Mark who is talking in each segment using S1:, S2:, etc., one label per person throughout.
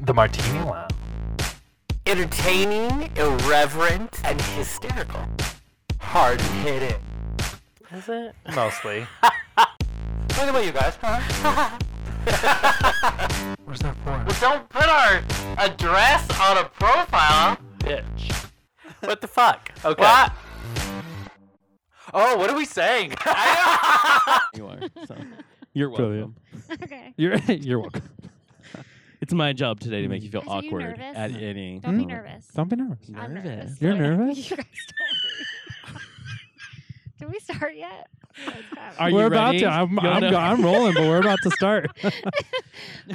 S1: The Martini Lounge.
S2: Entertaining, irreverent, and hysterical. Hard hitting.
S3: Is it?
S1: Mostly.
S2: What about you guys? Huh?
S1: Where's that for?
S2: well, don't put our address on a profile.
S3: Bitch. What the fuck? Okay.
S2: What?
S3: Oh, what are we saying?
S4: You are. So. You're welcome.
S5: Brilliant.
S6: Okay.
S5: You're you're welcome.
S4: It's my job today to make you feel
S6: Guys, are you
S4: awkward
S6: nervous?
S4: at any.
S6: Don't be
S5: Mm.
S6: nervous.
S5: Don't be nervous.
S6: I'm
S4: Nervous.
S6: nervous.
S5: You're
S6: You
S5: nervous?
S6: guys don't- Did we start yet? Let's go.
S4: Are you
S5: we're about
S4: ready?
S5: to. I'm
S4: You'll
S5: I'm,
S4: know.
S5: go- I'm rolling, but we're about to start. All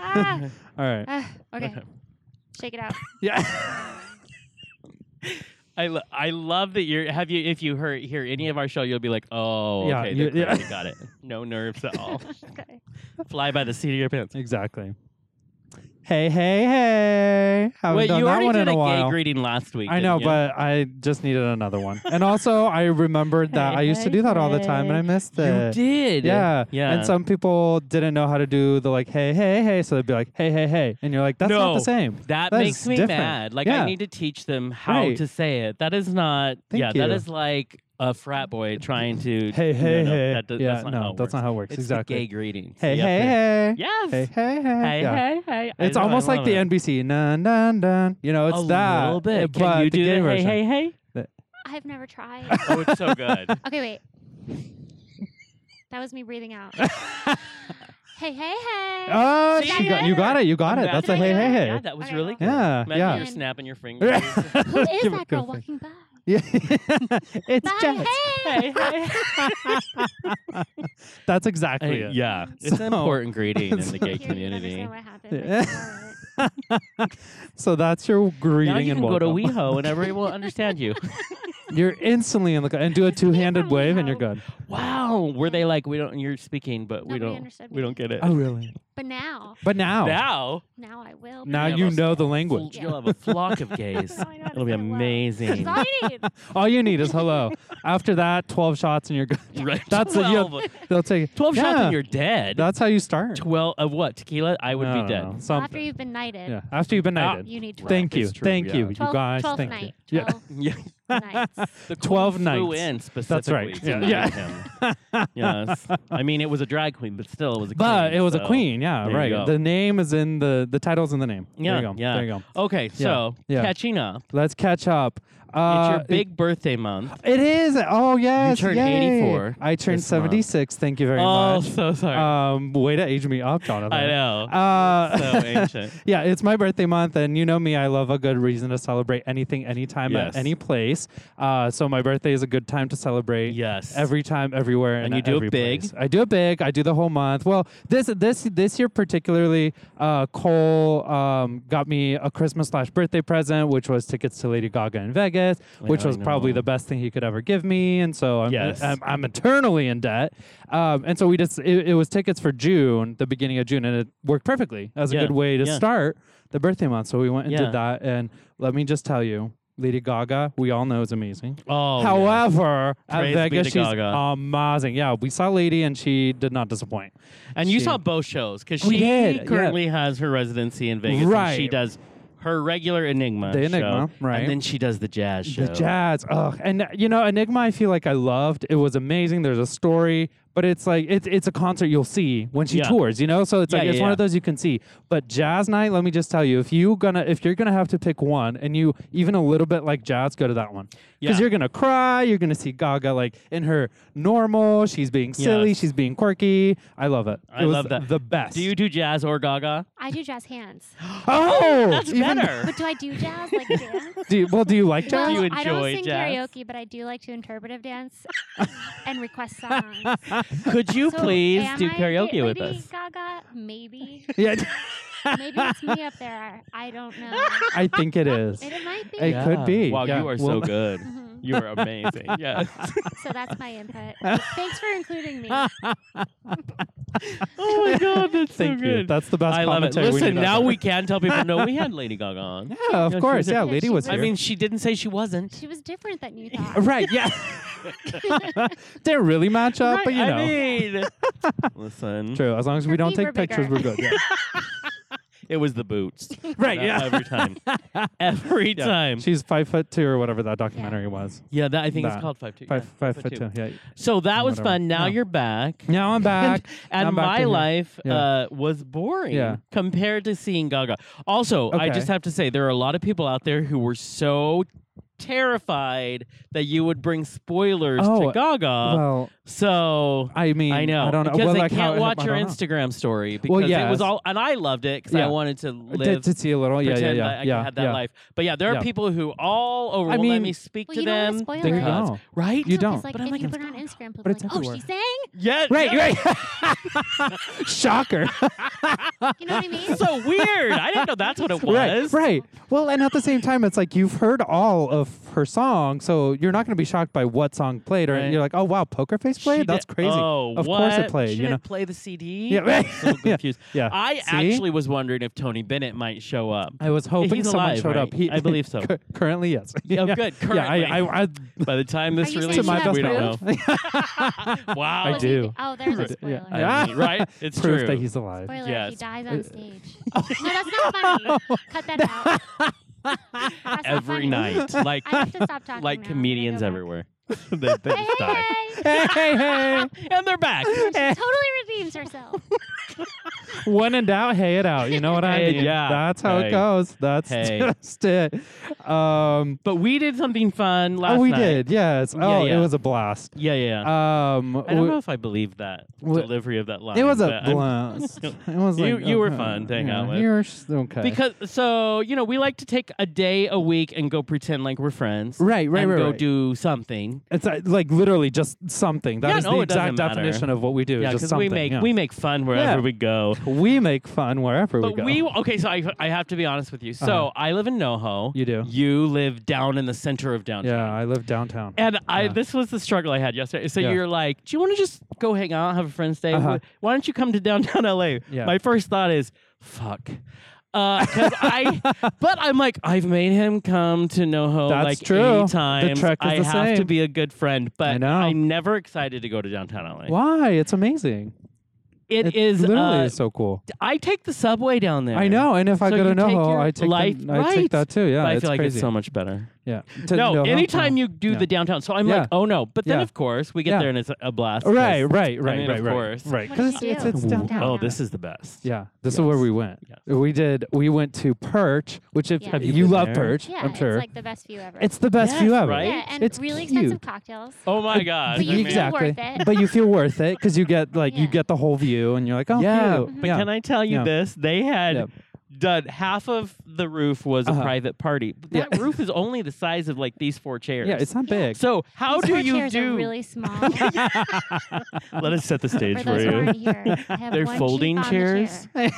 S6: Ah,
S5: right.
S6: ah, okay. Shake it out.
S4: Yeah. I, lo- I love that you're have you if you hear hear any of our show you'll be like oh
S5: Yeah,
S4: okay
S5: you-
S4: they're
S5: yeah.
S4: crazy, got it no nerves at all
S6: Okay.
S4: fly by the seat of your pants
S5: Exactly. Hey, hey, hey! Haven't
S4: wait
S5: done
S4: you
S5: that
S4: already
S5: one
S4: did
S5: in
S4: a,
S5: a,
S4: gay
S5: while.
S4: greeting last week
S5: I know,
S4: didn't you?
S5: but I just needed another one. And also, I remembered that
S4: Hey,
S5: I used to
S4: hey,
S5: do that all the time, and I
S4: hey.
S5: missed
S4: you
S5: it.
S4: did
S5: Yeah,
S4: yeah
S5: And some people didn't know how to do the like, hey, hey, hey. So they'd be like, hey, hey, hey, and you're like, that's not
S4: No,
S5: the same.
S4: That,
S5: That
S4: makes
S5: is
S4: me
S5: different.
S4: mad. Like
S5: Yeah.
S4: I need to teach them how
S5: Right.
S4: to say it. That is not.
S5: Thank
S4: yeah, that
S5: you.
S4: is like a frat boy trying to.
S5: Hey,
S4: no,
S5: hey,
S4: no,
S5: hey.
S4: that do-
S5: yeah,
S4: that's not
S5: no,
S4: how it
S5: that's
S4: works.
S5: not how it works.
S4: It's the
S5: exactly.
S4: gay greetings.
S5: Hey,
S4: Yep,
S5: hey,
S4: yeah.
S5: hey.
S4: Yes.
S5: Hey, hey, hey.
S4: Hey,
S5: Yeah.
S4: hey, hey. I
S5: It's
S4: know, I
S5: almost like
S4: love
S5: the
S4: it.
S5: NBC. Dun, dun, dun. You know, it's
S4: a
S5: that. eh,
S4: little bit.
S5: But
S4: Can you
S5: the
S4: do
S5: gay
S4: the hey,
S5: version.
S4: hey, hey?
S6: I've never tried.
S4: Oh, it's so good.
S6: Okay, wait. That was me breathing out. hey, hey, hey.
S5: Oh,
S4: See?
S5: she got, you got it. You got it. That's a hey, hey,
S4: Yeah,
S5: hey.
S4: that was
S6: Okay,
S4: really good.
S6: well.
S5: Yeah,
S4: Imagine
S5: yeah.
S4: you're snapping your fingers.
S6: Who is
S5: Give it- give it
S6: that girl
S5: a fake.
S6: walking by?
S5: Yeah. it's
S6: Bye,
S5: Jess.
S6: hey.
S5: That's exactly
S4: Hey,
S5: it.
S4: yeah, it's an
S5: Oh, So-
S4: important greeting in the gay
S6: Here, you
S4: community.
S6: understand what happened.
S5: Yeah.
S6: Like, ignore it.
S5: So that's your greeting
S4: Now you
S5: and
S4: can go to
S5: welcome.
S4: WeHo and everyone will understand you.
S5: You're instantly in the and do a two-handed
S6: from
S5: wave and you're
S6: WeHo.
S5: good.
S4: Wow, were they like we don't? You're speaking, but we
S6: Nobody
S4: don't.
S6: understood
S4: We
S6: me.
S4: don't get it.
S5: Oh, really?
S6: But now,
S5: But now,
S4: Now,
S6: now I will.
S5: now
S4: Yeah,
S5: you
S4: that's-
S5: know the language.
S4: you'll have a flock of gays.
S6: Oh my God,
S4: It'll be
S6: it's gonna work.
S4: amazing.
S6: That's all you need.
S5: All you need is hello. After that, 12 shots and you're good.
S4: Right?
S5: That's it.
S4: twelve.
S5: You'll, they'll take it.
S4: Twelve shots
S5: Yeah,
S4: and you're dead.
S5: That's how you start.
S4: twelve of what? Tequila? I would
S5: I
S4: be
S5: don't
S4: dead.
S5: know,
S6: After
S5: Something.
S6: you've been knighted,
S5: Yeah. After you've been
S4: Ah,
S5: knighted.
S6: you need 12.
S5: Thank you.
S4: It's true,
S5: Thank
S4: yeah.
S5: you. You
S6: 12
S5: guys,
S6: 12th
S5: thank
S6: night.
S5: you. Yeah.
S6: 12
S4: Yeah.
S6: nights.
S4: The queen
S5: 12
S4: Flew
S5: nights.
S4: in
S5: That's
S4: specifically
S5: right.
S4: to
S5: Yeah.
S4: knight him. yes. I mean, it was a drag queen, but still, it was a.
S5: But
S4: queen,
S5: it was
S4: so-
S5: a queen, yeah,
S4: there you go.
S5: right. The name is in the the title's in the name.
S4: Yeah.
S5: there you go.
S4: Yeah.
S5: There you go.
S4: Okay, so
S5: yeah.
S4: catching up.
S5: Let's catch up.
S4: It's
S5: Uh,
S4: your big birthday month.
S5: it is. Oh yes.
S4: turned
S5: yay.
S4: 84
S5: I turned
S4: this month.
S5: seventy six. Thank you very
S4: oh,
S5: much.
S4: so sorry.
S5: Um, way to age me up, Jonathan.
S4: I know.
S5: Uh,
S4: so ancient.
S5: Yeah, it's my birthday month, and you know me. I love a good reason to celebrate anything, anytime,
S4: Yes.
S5: at any place. Uh, so my birthday is a good time to celebrate.
S4: Yes.
S5: Every time, everywhere, and,
S4: And you
S5: at
S4: do it
S5: every
S4: big.
S5: place. I do it big. I do the whole month. Well, this this this year particularly, uh, Cole um, got me a Christmas slash birthday present, which was tickets to Lady Gaga in Vegas, which
S4: I
S5: was probably
S4: know.
S5: the best thing he could ever give me, and so I'm
S4: Yes.
S5: I'm, I'm eternally in debt. Um, and so we just it, it was tickets for June, the beginning of June, and it worked perfectly as a
S4: Yeah,
S5: good way to
S4: yeah.
S5: start the birthday month. So we went and
S4: Yeah.
S5: did that, and let me just tell you. Lady Gaga, we all know is amazing.
S4: Oh, yeah.
S5: However,
S4: Praise
S5: at
S4: be
S5: Vegas,
S4: to
S5: she's
S4: Gaga.
S5: amazing. Yeah, we saw Lady and she did not disappoint.
S4: And you
S5: She-
S4: saw both shows because
S5: We
S4: she
S5: did, yeah.
S4: currently has her residency in Vegas. And she
S5: Right.
S4: does her regular Enigma.
S5: The Enigma,
S4: show,
S5: right.
S4: And then she does the jazz show.
S5: The jazz, ugh, and uh, you know, Enigma. I feel like I loved. It was amazing. There's a story, but it's like it's it's a concert you'll see when she
S4: Yeah.
S5: tours. You know, so it's
S4: Yeah,
S5: like
S4: yeah,
S5: it's one
S4: yeah.
S5: of those you can see. But jazz night, let me just tell you, if you gonna if you're gonna have to pick one, and you even a little bit like jazz, go to that one
S4: Yeah.
S5: because you're gonna cry. You're gonna see Gaga like in her normal. She's being silly.
S4: Yes.
S5: She's being quirky. I love it.
S4: I
S5: it was
S4: love that.
S5: The best.
S4: Do you do jazz or Gaga?
S6: I do jazz hands.
S5: Oh,
S4: That's
S5: even-
S4: better.
S6: But do I do jazz like dance?
S5: Do you, well, do you like
S6: Well,
S5: jazz?
S4: Do you
S6: I don't
S4: enjoy
S6: sing
S4: jazz?
S6: karaoke, but I do like to interpretive dance and request songs.
S4: Could you
S6: So,
S4: please
S6: am
S4: do
S6: I
S4: karaoke
S6: Lady
S4: with us?
S6: Gaga? Maybe.
S5: yeah,
S6: Maybe it's me up there. I don't know.
S5: I think it is.
S6: It might be.
S5: It could be.
S4: Wow,
S5: Yeah,
S4: you are
S5: well-
S4: so good.
S6: Mhm.
S4: You are amazing. Yes.
S6: So that's my input. Thanks for including me.
S4: oh my god, that's
S5: Thank
S4: so
S5: you.
S4: good.
S5: That's the best.
S4: I love it.
S5: commentary we
S4: Listen,
S5: need
S4: now
S5: ever.
S4: we can tell people no, we had Lady Gaga on.
S5: Yeah, of
S4: Yeah, she was
S5: course.
S4: here.
S5: Yeah,
S6: Yeah,
S5: Lady
S6: she
S5: was
S6: was
S5: here.
S4: I mean, she didn't say she wasn't.
S6: She was different than you thought.
S5: right? Yeah. Didn't really match up, but you know,
S4: I mean, listen.
S5: true. As long as
S6: Her
S5: we don't
S6: feet
S5: take
S6: were
S5: pictures,
S6: bigger.
S5: we're good. Yeah.
S4: It was the boots.
S5: Right,
S4: Uh,
S5: yeah.
S4: Every time. Every
S5: Yeah.
S4: time.
S5: She's five foot two or whatever that documentary was.
S4: Yeah, that I think
S5: That.
S4: it's called five two.
S5: Five
S4: yeah,
S5: five foot two. Yeah.
S4: So that was
S5: Whatever.
S4: fun. Now
S5: Yeah.
S4: you're back.
S5: Now I'm back.
S4: And
S5: I'm back in
S4: my
S5: here.
S4: life
S5: Yeah.
S4: uh, was boring
S5: Yeah.
S4: compared to seeing Gaga. Also, I
S5: Okay.
S4: just have to say there are a lot of people out there who were so terrified that you would bring spoilers
S5: Oh,
S4: to Gaga.
S5: well,
S4: so
S5: I mean,
S4: I know.
S5: I don't know.
S4: Because
S5: well,
S4: they
S5: like
S4: can't
S5: how,
S4: watch
S5: I
S4: your
S5: don't know.
S4: Instagram story because
S5: Well,
S4: it was
S5: yes.
S4: all, and I loved it because
S5: Yeah.
S4: I wanted to
S5: To,
S4: live.
S5: to see a little, oh, yeah, yeah,
S4: pretend
S5: yeah,
S4: I, I
S5: yeah,
S4: had that
S5: yeah.
S4: life. But yeah, there are
S5: Yeah.
S4: people who all over
S5: I
S4: will let
S5: mean-
S4: me speak
S6: Well,
S4: to
S6: you don't wanna
S4: them.
S6: spoil
S5: There you
S6: it.
S4: because-
S5: go.
S4: Right?
S5: You
S6: No, 'cause,
S5: don't.
S6: Like,
S4: But I'm
S6: if
S4: like,
S6: you
S4: it's
S6: put it on Instagram, people
S5: But
S6: are
S5: it's
S6: like, oh, she
S5: everywhere.
S6: sang.
S4: Yeah.
S5: Right,
S4: yeah.
S5: right. Shocker.
S6: You know what I mean?
S4: so weird. I didn't know that's what it was.
S5: Right, right. Well, and at the same time, it's like you've heard all of her songs, so you're not going to be shocked by what song played, or
S4: Right.
S5: you're like, oh wow, Poker Face
S4: She
S5: played.
S4: did-
S5: That's crazy.
S4: Oh,
S5: of course
S4: what?
S5: it played.
S4: She
S5: you know.
S4: didn't play the CD.
S5: Yeah, right.
S4: So confused.
S5: Yeah.
S4: I
S5: See?
S4: actually was wondering if Tony Bennett might show up.
S5: I was hoping
S4: He's
S5: someone
S4: alive,
S5: showed up.
S4: right? I believe so.
S5: Cur- currently, yes.
S4: Yeah, good, currently.
S5: Yeah, I, I, I,
S4: By the time this
S6: you saying
S4: releases,
S6: she has
S4: we don't
S6: proof?
S4: know. wow.
S6: Oh, is he-
S5: do.
S6: Oh, there's a spoiler.
S5: Yeah.
S4: I
S5: Yeah. Uh,
S4: mean, right? It's
S5: proof
S4: true.
S5: that he's alive.
S6: Spoiler,
S4: Yes.
S6: he dies on stage. no, that's not funny. Cut that out. That's not
S4: Every
S6: funny.
S4: night, like
S6: I have to stop talking.
S4: like
S6: now.
S4: comedians
S6: I'm gonna go
S4: everywhere, they, they just
S6: back.
S4: die,
S6: Hey, hey,
S5: hey, hey, hey.
S4: and they're back.
S6: hey. She totally redeems herself.
S5: When in doubt, hey it out. You know what I
S4: Hey,
S5: mean?
S4: yeah.
S5: That's how
S4: Hey.
S5: it goes. That's
S4: Hey.
S5: just it. Um,
S4: But we did something fun last
S5: oh, we
S4: night.
S5: did. Yes.
S4: Yeah,
S5: Oh,
S4: yeah.
S5: it was a blast.
S4: Yeah, yeah.
S5: Um,
S4: I don't
S5: we-
S4: know if I believe that
S5: we-
S4: delivery of that line.
S5: It was
S4: but
S5: a
S4: I'm-
S5: blast. it was
S4: You-
S5: like,
S4: you were
S5: okay,
S4: fun to hang
S5: yeah,
S4: out with.
S5: You were s- okay.
S4: Because so you know, we like to take a day a week and go pretend like we're friends.
S5: Right, right,
S4: and
S5: right,
S4: Go
S5: right.
S4: do something.
S5: it's uh, like literally just something. That is
S4: Yeah, no,
S5: the
S4: it doesn't
S5: exact
S4: matter.
S5: definition of what we do. is
S4: yeah,
S5: just
S4: because
S5: something.
S4: we make
S5: yeah.
S4: we make fun
S5: Yeah.
S4: wherever we go.
S5: we make fun wherever we
S4: But
S5: go.
S4: we okay, so I, I have to be honest with you. So
S5: Uh-huh.
S4: I live in NoHo.
S5: You do.
S4: You live down in the center of downtown.
S5: yeah, I live downtown.
S4: And I
S5: Yeah.
S4: this was the struggle I had yesterday. So
S5: Yeah.
S4: you're like, do you want to just go hang out, have a friend's day?
S5: Uh-huh.
S4: Wh- Why don't you come to downtown LA?
S5: Yeah.
S4: My first thought is, fuck. Because I, but I'm like, I've made him come to NoHo
S5: That's
S4: like
S5: true. The
S4: eight times.
S5: trek is
S4: I
S5: the
S4: have to
S5: same.
S4: be a good friend, but
S5: I know.
S4: I'm never excited to go to downtown LA.
S5: Why? It's amazing.
S4: it
S5: It
S4: is.
S5: literally
S4: uh,
S5: is so cool.
S4: I take the subway down there.
S5: I know, and if I
S4: So
S5: go to
S4: you take
S5: NoHo,
S4: your
S5: I take
S4: life-
S5: the, I take
S4: right.
S5: that too. Yeah,
S4: but I
S5: it's
S4: feel like
S5: crazy.
S4: it's so much better.
S5: yeah. To
S4: no,
S5: NoHo,
S4: anytime
S5: yeah.
S4: you do
S5: Yeah.
S4: the downtown. So I'm
S5: Yeah.
S4: like, oh no. But then,
S5: Yeah.
S4: of course, we get
S5: Yeah.
S4: there and it's a blast. 'cause-
S5: Right, right, right,
S4: mean,
S5: right,
S4: of
S5: right,
S4: course.
S5: right.
S6: What
S5: Because
S6: did you
S5: it's,
S6: do?
S5: it's
S6: Ooh.
S5: downtown.
S4: Oh,
S6: Downtown.
S4: this is the best.
S5: Yeah, this is where we went.
S4: Yes.
S5: We did. We went to Perch, which if
S6: Yeah. Have
S5: you,
S4: you been
S5: love
S4: there?
S5: Perch,
S6: Yeah,
S5: I'm sure it's,
S6: it's like the best view ever.
S5: the best
S4: Yes,
S5: view ever.
S4: right?
S6: yeah, and
S5: it's
S6: really
S5: cute.
S6: expensive cocktails.
S4: Oh my god.
S6: But you feel
S5: exactly.
S6: worth it.
S5: But you feel worth it because you get like you
S6: Yeah.
S5: get the whole view, and you're like, oh,
S4: yeah,
S5: cute.
S4: but can I tell you
S5: Yeah.
S4: this? They had
S5: Yep.
S4: done half of the roof was
S5: Uh-huh.
S4: a private party. But
S5: Yeah.
S4: that roof is only the size of like these four chairs.
S5: Yeah, it's not
S6: Yeah.
S5: big.
S4: so how
S6: These
S4: Oh, do
S6: four
S4: you
S6: chairs
S4: do?
S6: are really small. for
S4: Let us set the stage
S6: those who aren't here, I have
S4: They're
S6: one cheek
S4: folding
S6: on the
S4: chairs?
S6: chair.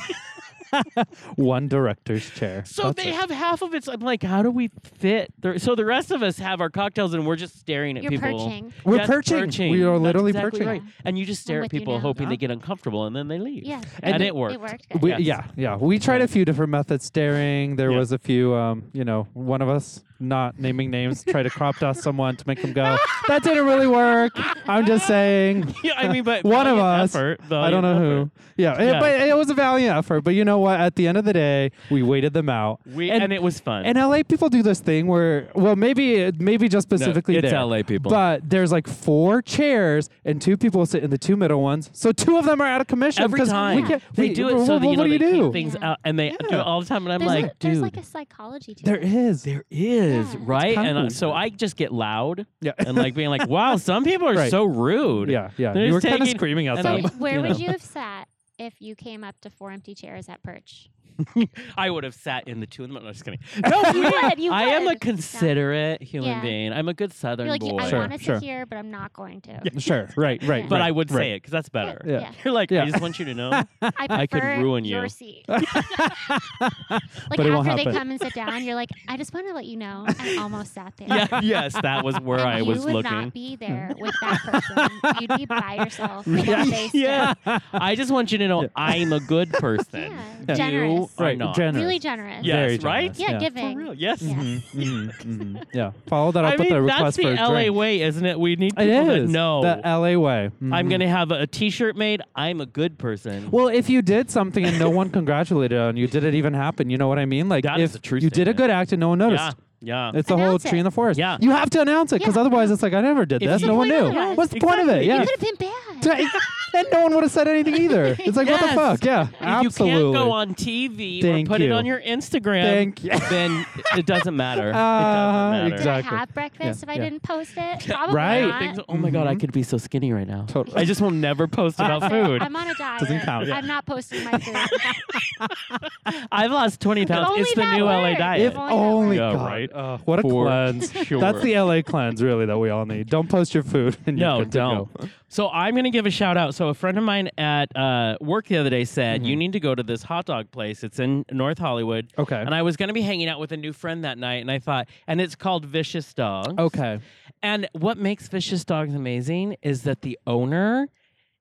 S5: One director's chair.
S4: So
S5: That's
S4: they
S5: it.
S4: have half of it. so I'm like, how do we fit? The, so the rest of us have our cocktails and we're just staring at
S6: You're
S4: people.
S6: perching.
S5: We're
S4: Yes,
S5: perching. We are
S4: That's
S5: literally
S4: exactly
S5: perching.
S4: Right. And you just stare at
S6: with you
S4: people
S6: now.
S4: hoping
S5: Huh?
S4: they get uncomfortable and then they leave.
S6: Yeah,
S4: And,
S5: And
S4: it worked.
S6: It worked. Good.
S5: We,
S4: Yes.
S5: Yeah, yeah. We tried a few different methods staring. There
S4: Yeah.
S5: was a few, um, you know, one of us not naming names tried to crop dust someone to make them go. That didn't really work. I'm just saying.
S4: Yeah, I mean, but
S5: One of
S4: valiant
S5: us.
S4: effort,
S5: I don't
S4: valiant
S5: know
S4: effort.
S5: who. Yeah, it-
S4: Yeah.
S5: but it was a valiant effort. But you know what? At the end of the day, we waited them out.
S4: We, and, it was fun.
S5: And LA people do this thing where, well, maybe maybe just specifically
S4: it's
S5: there.
S4: LA people.
S5: But there's like four chairs, and two people sit in the two middle ones. So two of them are out of commission
S4: Every
S5: 'cause
S4: time
S5: we can't-
S4: they
S5: we-
S4: do it,
S5: well,
S4: so that,
S5: well,
S4: you know
S5: what
S4: they
S5: do you
S4: keep
S5: do?
S4: things out, and they do
S5: Yeah.
S4: it all the time. And I'm
S6: There's,
S4: like,
S6: a, there's
S4: dude,
S6: like a psychology to
S5: There
S6: it.
S5: is.
S4: there is
S6: Yeah.
S4: right.
S5: kinda
S4: And uh,
S5: weird.
S4: so I just get loud
S5: Yeah.
S4: and like being like, wow, some people are
S5: Right.
S4: so rude.
S5: Yeah, yeah.
S4: They're
S5: you were
S4: just
S5: kind of
S4: taking-
S5: screaming
S4: and
S5: outside.
S6: So
S4: like,
S6: where
S4: you
S6: would
S4: know.
S6: you have sat if you came up to four empty chairs at Perch?
S4: I would have sat in the two in the middle. No, just kidding. No,
S6: You would. You
S4: I am a
S6: would.
S4: considerate human
S6: Yeah.
S4: being. I'm a good Southern
S6: You're like,
S4: boy.
S6: I
S5: Sure,
S6: want to
S5: sure.
S6: sit here, but I'm not going to.
S5: Sure. Right. Right.
S4: But
S5: right,
S4: I would
S5: right.
S4: say it because that's better.
S5: Yeah.
S6: Yeah.
S4: You're like,
S5: Yeah.
S4: I just want you to know.
S6: I
S4: I could
S6: prefer
S4: ruin
S6: your
S4: you.
S6: seat. like
S5: But it won't
S6: after they
S5: happen.
S6: come and sit down, you're like, I just want to let you know I almost sat there.
S4: yeah, yes, that was where
S6: And
S4: I
S6: you
S4: was
S6: would
S4: looking.
S6: not be there with that person. You'd be by yourself.
S5: Yeah.
S6: Yeah.
S4: yeah. I just want you to know I'm a good person.
S6: Yeah, generous. Generous.
S4: or
S5: right,
S4: not.
S5: generous.
S6: Really generous.
S5: Very
S4: Yes, right?
S5: generous,
S6: Yeah,
S5: yeah.
S6: giving.
S4: For real, yes.
S6: Yeah.
S5: Mhm, mhm, mhm. Yeah. Follow that up
S4: I
S5: with a
S4: mean, that's
S5: request for
S4: the
S5: a
S4: LA
S5: drink.
S4: way, isn't it? We need
S5: It
S4: people that
S5: is.
S4: know.
S5: The LA way.
S4: I'm
S5: Mhm.
S4: gonna have a T-shirt made. I'm a good person.
S5: Well, if you did something and no one congratulated on you, did it even happen? You know what I mean? Like,
S4: That
S5: if
S4: is a true
S5: you did a
S4: statement.
S5: good act and no one noticed,
S4: yeah, yeah.
S5: it's the whole
S6: Announce
S5: tree
S6: it.
S5: in the forest.
S4: Yeah.
S5: You have to announce it because
S6: Yeah.
S5: otherwise it's like, I never did
S4: If
S5: this.
S4: you-
S5: No one
S6: What's the
S5: knew.
S6: point otherwise?
S5: What's the point of it?
S4: Exactly.
S5: Yeah.
S6: It could have been bad.
S5: Right. and no one would have said anything either. It's like,
S4: Yes.
S5: what the fuck? Yeah,
S4: If
S5: absolutely.
S4: you can't go on TV
S5: Thank
S4: or put it
S5: you.
S4: on your Instagram,
S5: Thank you.
S4: then it doesn't matter.
S5: Uh-huh,
S4: it doesn't matter.
S6: Did I
S5: Exactly.
S6: have breakfast if I
S5: yeah.
S6: didn't post it? Probably
S5: Right.
S6: not.
S4: Things- oh my god, I
S5: Mhm.
S4: could be so skinny right now.
S5: Totally.
S4: I just will never post about food.
S6: I'm on a diet.
S5: Doesn't count.
S6: I'm not posting my food.
S4: I've lost 20 pounds.
S6: Only
S4: It's the
S6: that
S4: new LA
S6: works.
S4: diet.
S5: if
S6: If
S5: only
S6: only
S5: God.
S4: that were- Yeah, right.
S5: Uh, what a
S4: For
S5: cleanse.
S4: sure.
S5: That's the LA cleanse, really, that we all need. Don't post your food. And you're
S4: No,
S5: good to
S4: don't.
S5: go.
S4: So I'm going to give a shout out. So a friend of mine at uh, work the other day said, "You need to go to this hot dog place. It's in North Hollywood."
S5: Okay.
S4: And I was going to be hanging out with a new friend that night, and I thought, and it's called Vicious Dog.
S5: Okay.
S4: And what makes Vicious Dogs amazing is that the owner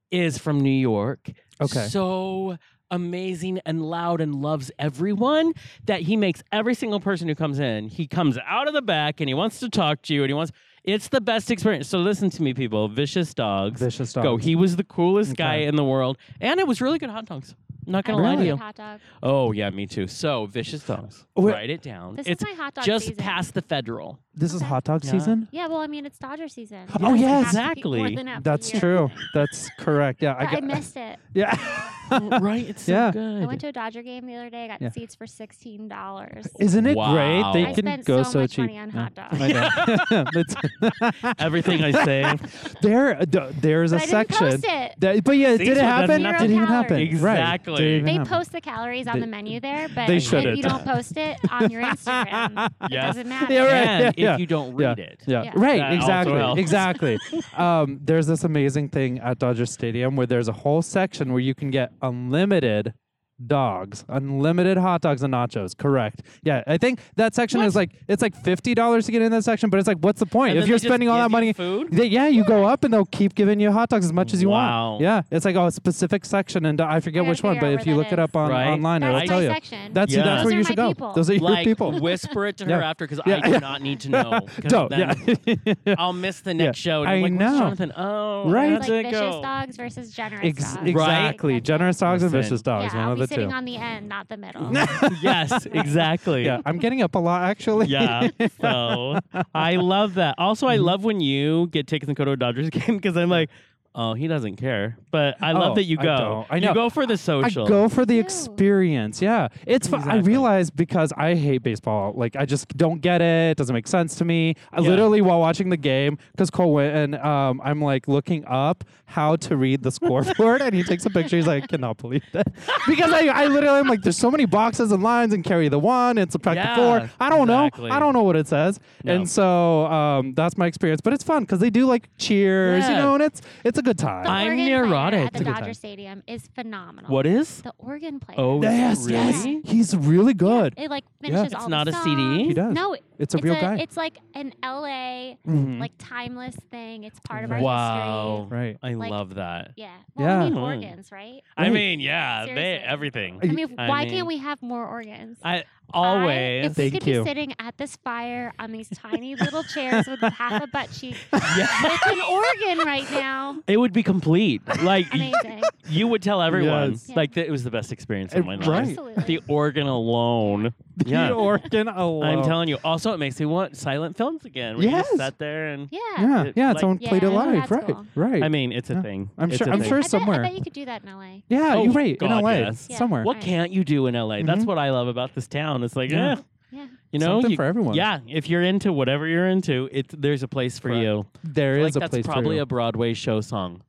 S4: is from New York.
S5: Okay.
S4: So amazing and loud and loves everyone that he makes every single person who comes in. He comes out of the back and he wants to talk to you and he wants it's the best experience. So listen to me people, Vicious Dogs.
S5: Vicious dog.
S4: Go. He was the coolest guy
S5: Okay.
S4: in the world and it was really good hot dogs. Not
S6: I
S4: going to lie
S6: love
S4: to you.
S6: Hot dog.
S4: Oh yeah, me too. So, Vicious Dogs. Write it down.
S6: This is
S4: it's
S6: my hot dog
S4: just
S6: season.
S4: past the federal.
S5: This is
S6: Okay.
S5: hot dog
S4: Yeah.
S5: season?
S6: Yeah, well, I mean, it's Dodger season.
S5: Oh,
S6: It's
S5: yeah,
S6: half the pe- more
S4: exactly.
S6: than half the
S5: That's
S6: year.
S5: true. That's correct. Yeah.
S6: But I,
S5: got-
S6: missed it.
S5: Yeah.
S4: right? It's so
S5: Yeah.
S4: good.
S6: I went to a Dodger game the other day. I got
S5: Yeah.
S6: seats for sixteen dollars.
S5: Isn't it
S4: Wow.
S5: great? They
S4: I
S5: can
S6: spent
S5: go
S6: so
S5: so
S6: much
S5: cheap.
S6: money on
S5: Yeah.
S6: hot dogs.
S5: I know. It's-
S4: Everything I say.
S5: there, d- there's a
S6: But I didn't
S5: section.
S6: post it.
S5: that- but yeah, it
S4: See?
S5: didn't
S4: So it
S5: happen.
S4: doesn't
S5: It
S4: have
S5: didn't even
S6: to-
S5: happen. Right.
S4: Exactly.
S5: Didn't even
S6: They
S5: happen.
S6: post the calories on
S5: They-
S6: the menu there, but
S5: they
S6: if
S5: shouldn't.
S6: you don't post it on your Instagram, it
S4: Yes.
S6: doesn't matter.
S5: Yeah, right.
S4: And if
S5: yeah.
S4: you don't read it.
S5: Yeah.
S6: Yeah.
S5: Right.
S4: That also helps.
S5: exactly. Exactly. um, there's this amazing thing at Dodger Stadium where there's a whole section where you can get unlimited dogs, unlimited hot dogs and nachos. Correct. Yeah. I think that section is like it's like fifty dollars to get in that section, but it's like what's the point
S4: And
S5: if
S4: then
S5: you're
S4: they just
S5: spending all
S4: give
S5: that money?
S4: you food?
S5: They, yeah, you go up and they'll keep giving you hot dogs as much as you
S4: Wow.
S5: want. Yeah. It's like oh, a specific section, and I forget
S6: gotta
S5: which one,
S6: figure
S5: but
S6: out
S5: if you
S6: where that
S5: look it
S6: is.
S5: up on
S4: Right.
S5: online,
S6: That's
S5: it'll
S6: my
S5: tell you.
S6: section.
S5: That's
S4: Yeah.
S5: that's
S6: Those
S5: where
S6: are
S5: you
S6: my
S5: should go.
S6: people.
S5: Those are your
S4: like
S5: people.
S4: whisper it to her
S5: Yeah.
S4: after because
S5: Yeah.
S4: I do not need to know. 'cause
S5: Don't.
S4: then
S5: Yeah.
S4: I'll miss the next show. And
S5: I
S4: I'm like, "Where's
S5: know.
S4: Jonathan, oh,
S5: Right.
S4: how'd
S6: It's
S4: it
S6: like vicious
S4: go?"
S6: dogs versus generous
S5: Ex-
S6: dogs.
S5: exactly.
S6: Like, that's it.
S5: Generous dogs
S4: Listen.
S5: and vicious dogs.
S6: yeah,
S5: one
S6: I'll
S5: of
S6: be
S5: the
S6: sitting
S5: two.
S6: on the end, not the middle.
S4: yes, exactly.
S5: yeah, I'm getting up a lot actually.
S4: Yeah, so I love that. Also, I love when you get tickets and go to a Dodgers game because I'm like, oh, he doesn't care. But I love
S5: Oh,
S4: that you
S5: I
S4: go.
S5: don't. I know.
S4: You go for the
S5: I
S4: social.
S5: go for the
S6: Ew.
S5: experience. Yeah, it's. Fu- I
S4: Exactly.
S5: realize because I hate baseball. Like I just don't get it. It doesn't make sense to me. I
S4: Yeah.
S5: literally while watching the game, because Cole went and um, I'm like looking up how to read the scoreboard, and he takes a picture. He's like, I cannot believe that because I, I literally am like, there's so many boxes and lines and carry the one and subtract
S4: Yeah,
S5: the four. I don't
S4: exactly.
S5: know. I don't know what it says.
S4: No.
S5: And so um, that's my experience. But it's fun because they do like cheers, you
S4: Yeah.
S5: know, and it's it's a good
S6: The
S5: time.
S4: I- I'm
S6: organ player
S4: neurotic.
S6: At
S5: It's a
S6: the
S5: good
S6: Dodger
S5: time.
S6: Stadium is phenomenal.
S4: What is?
S6: The organ player.
S4: Oh,
S5: yes,
S4: really?
S5: yes, he's really good.
S6: It like finishes
S5: It's
S6: all
S4: not
S6: the
S4: a CD?
S6: songs.
S5: He does.
S6: No, it-
S5: It's a real guy. Mm-hmm.
S6: It's like an LA
S4: Mm-hmm.
S6: like timeless thing. It's part of our
S4: Wow.
S6: history.
S5: Right.
S4: I
S6: Like-
S4: love that.
S6: Yeah. Well,
S5: Yeah.
S6: we need
S4: Hmm.
S6: organs, right?
S4: I
S5: Right.
S4: mean, yeah, they
S6: Seriously.
S4: everything.
S6: I mean,
S4: I
S6: why
S4: mean-
S6: can't we have more organs?
S4: I
S6: I,
S4: always
S6: if we
S5: Thank
S6: could
S5: you.
S6: be sitting at this fire on these tiny little chairs with half a butt cheek,
S4: Yeah.
S6: with an organ right now.
S4: It would be complete. Like y-
S6: Amazing.
S4: you would tell everyone,
S5: Yes.
S6: Yeah.
S4: like that it was the best experience
S5: Uh,
S4: of my life.
S5: Right.
S6: Absolutely.
S4: The organ alone. Yeah.
S5: The organ alone.
S4: I'm telling you. Also, it makes me want silent films again. Where You
S5: Yes.
S4: just sat there and.
S6: yeah.
S5: Yeah,
S4: It-
S5: yeah,
S4: like-
S5: someone played it
S6: Yeah,
S5: live,
S6: that's
S5: right?
S6: cool.
S5: Right.
S4: I mean, it's a
S5: Yeah.
S4: thing.
S5: I'm
S4: It's
S5: sure-
S4: a
S5: I'm
S4: thing.
S5: sure
S6: I bet,
S5: somewhere.
S6: I bet you could do that in LA.
S5: yeah,
S4: Oh,
S5: you're right. in
S4: God,
S5: LA,
S4: yes.
S6: Yeah.
S5: somewhere.
S4: What
S6: Right.
S4: can't you do in LA? That's
S5: Mhm.
S4: what I love about this town. It's like,
S5: Yeah.
S4: yeah,
S6: Yeah.
S4: you know,
S5: Something
S4: you-
S5: for everyone.
S4: Yeah, if you're into whatever you're into, it's there's a place for
S5: Correct.
S4: you.
S5: There
S4: Like
S5: is a
S4: that's
S5: place
S4: probably
S5: for
S4: a Broadway show song.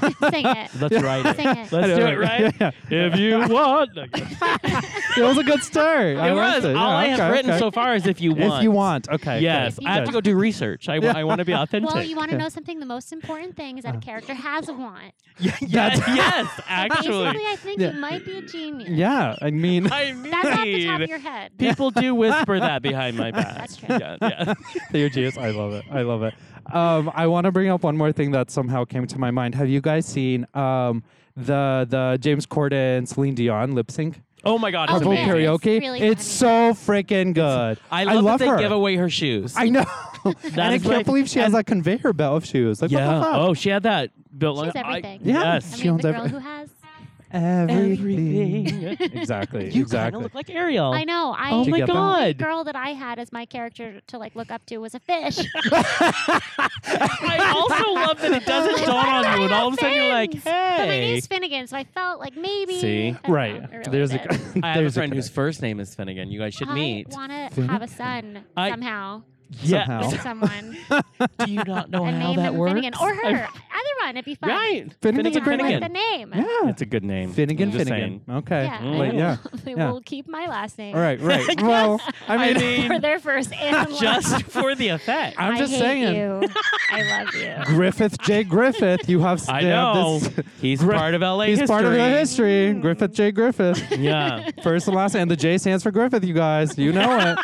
S6: Sing it.
S4: Let's write it.
S6: Sing it.
S4: Let's do
S5: know,
S4: it
S5: right?
S4: right.
S5: Yeah.
S4: If you want,
S5: it was a good start. I
S4: it
S5: liked
S4: was.
S5: It.
S4: All
S5: yeah,
S4: I
S5: okay,
S4: have written
S5: okay.
S4: so far is if you want.
S5: If you want, okay.
S4: Yes,
S5: good,
S4: I have to
S5: good.
S4: go do research. I, wa- I want to be authentic.
S6: Well, you want
S5: Yeah.
S6: to know something? The most important thing is that a
S4: Uh-huh.
S6: character has a want.
S4: yeah, yes, yes, actually.
S6: Basically, I think
S5: Yeah.
S6: you might be a genius.
S5: Yeah, I mean,
S4: I mean,
S6: That's off the top of your head.
S4: people do whisper that behind my back.
S6: That's true.
S4: Yeah, yeah.
S5: They're genius. I love it. I love it. Um, I want to bring up one more thing that somehow came to my mind. Have you guys seen um, the the James Corden, Celine Dion lip sync?
S4: Oh my god,
S6: Oh,
S4: it's
S5: Her vocal
S4: amazing.
S6: man. It's
S5: karaoke.
S6: really
S5: it's so freaking good.
S4: I love, that they
S5: her.
S4: give away her shoes.
S5: I know. and I
S4: is
S5: can't
S4: like-
S5: believe she has
S4: and-
S5: a conveyor belt of shoes. Like
S4: yeah.
S5: what the fuck?
S4: Oh, she had that built.
S6: She's
S4: like- I-
S6: everything.
S5: Yeah.
S6: I
S4: Yes.
S5: She
S6: mean,
S5: owns
S6: the
S5: every-
S6: girl who has.
S5: Everything.
S4: Everything.
S5: exactly.
S4: you kind of
S5: exactly.
S4: look like Ariel.
S6: I know. I
S4: Oh
S5: Did you
S4: my
S5: get that?
S6: the
S4: god.
S6: girl that I had as my character to like look up to was a fish.
S4: I also love that it doesn't dawn on you, and all of a sudden you're like,
S6: Fins! But my
S4: hey.
S6: name's Finnegan, so I felt like maybe.
S4: See?
S6: that's
S5: Right.
S6: not really
S5: There's a.
S6: good.
S5: there's
S4: I have a friend whose first name is Finnegan. You guys should
S6: I
S4: meet.
S6: want to
S5: Finnegan.
S6: have a son
S4: I-
S6: somehow
S4: Yeah.
S5: Somehow.
S6: with someone
S4: Do you not know
S6: and
S4: how
S6: name
S4: that
S6: him
S4: works?
S6: Finnegan or her.
S4: I-
S6: Either one, it'd be fun.
S4: Right.
S5: Finnegan's
S6: Yeah,
S5: a
S6: I like
S5: Finnegan.
S6: the name.
S5: Yeah.
S4: That's a good name.
S5: Finnegan
S4: I'm just
S5: Finnegan.
S4: saying.
S5: Okay.
S6: Yeah,
S4: Mm.
S6: I
S5: Like,
S6: will-
S5: yeah.
S6: They
S5: yeah.
S6: will keep my last name.
S5: All right. Right. well, I
S4: I
S5: mean,
S4: mean,
S6: For their first and
S4: just
S6: last.
S4: for the effect.
S5: I'm
S6: I
S5: just
S6: hate
S5: saying.
S6: You. I love you.
S5: Griffith J. Griffith. You have.
S4: I
S5: you have
S4: know.
S5: this-
S4: He's
S5: Gri-
S4: part of LA
S5: He's
S4: history.
S5: part of the history.
S6: Mm.
S5: Griffith J. Griffith.
S4: Yeah.
S5: First and last, and the J stands for Griffith. You guys, you know it,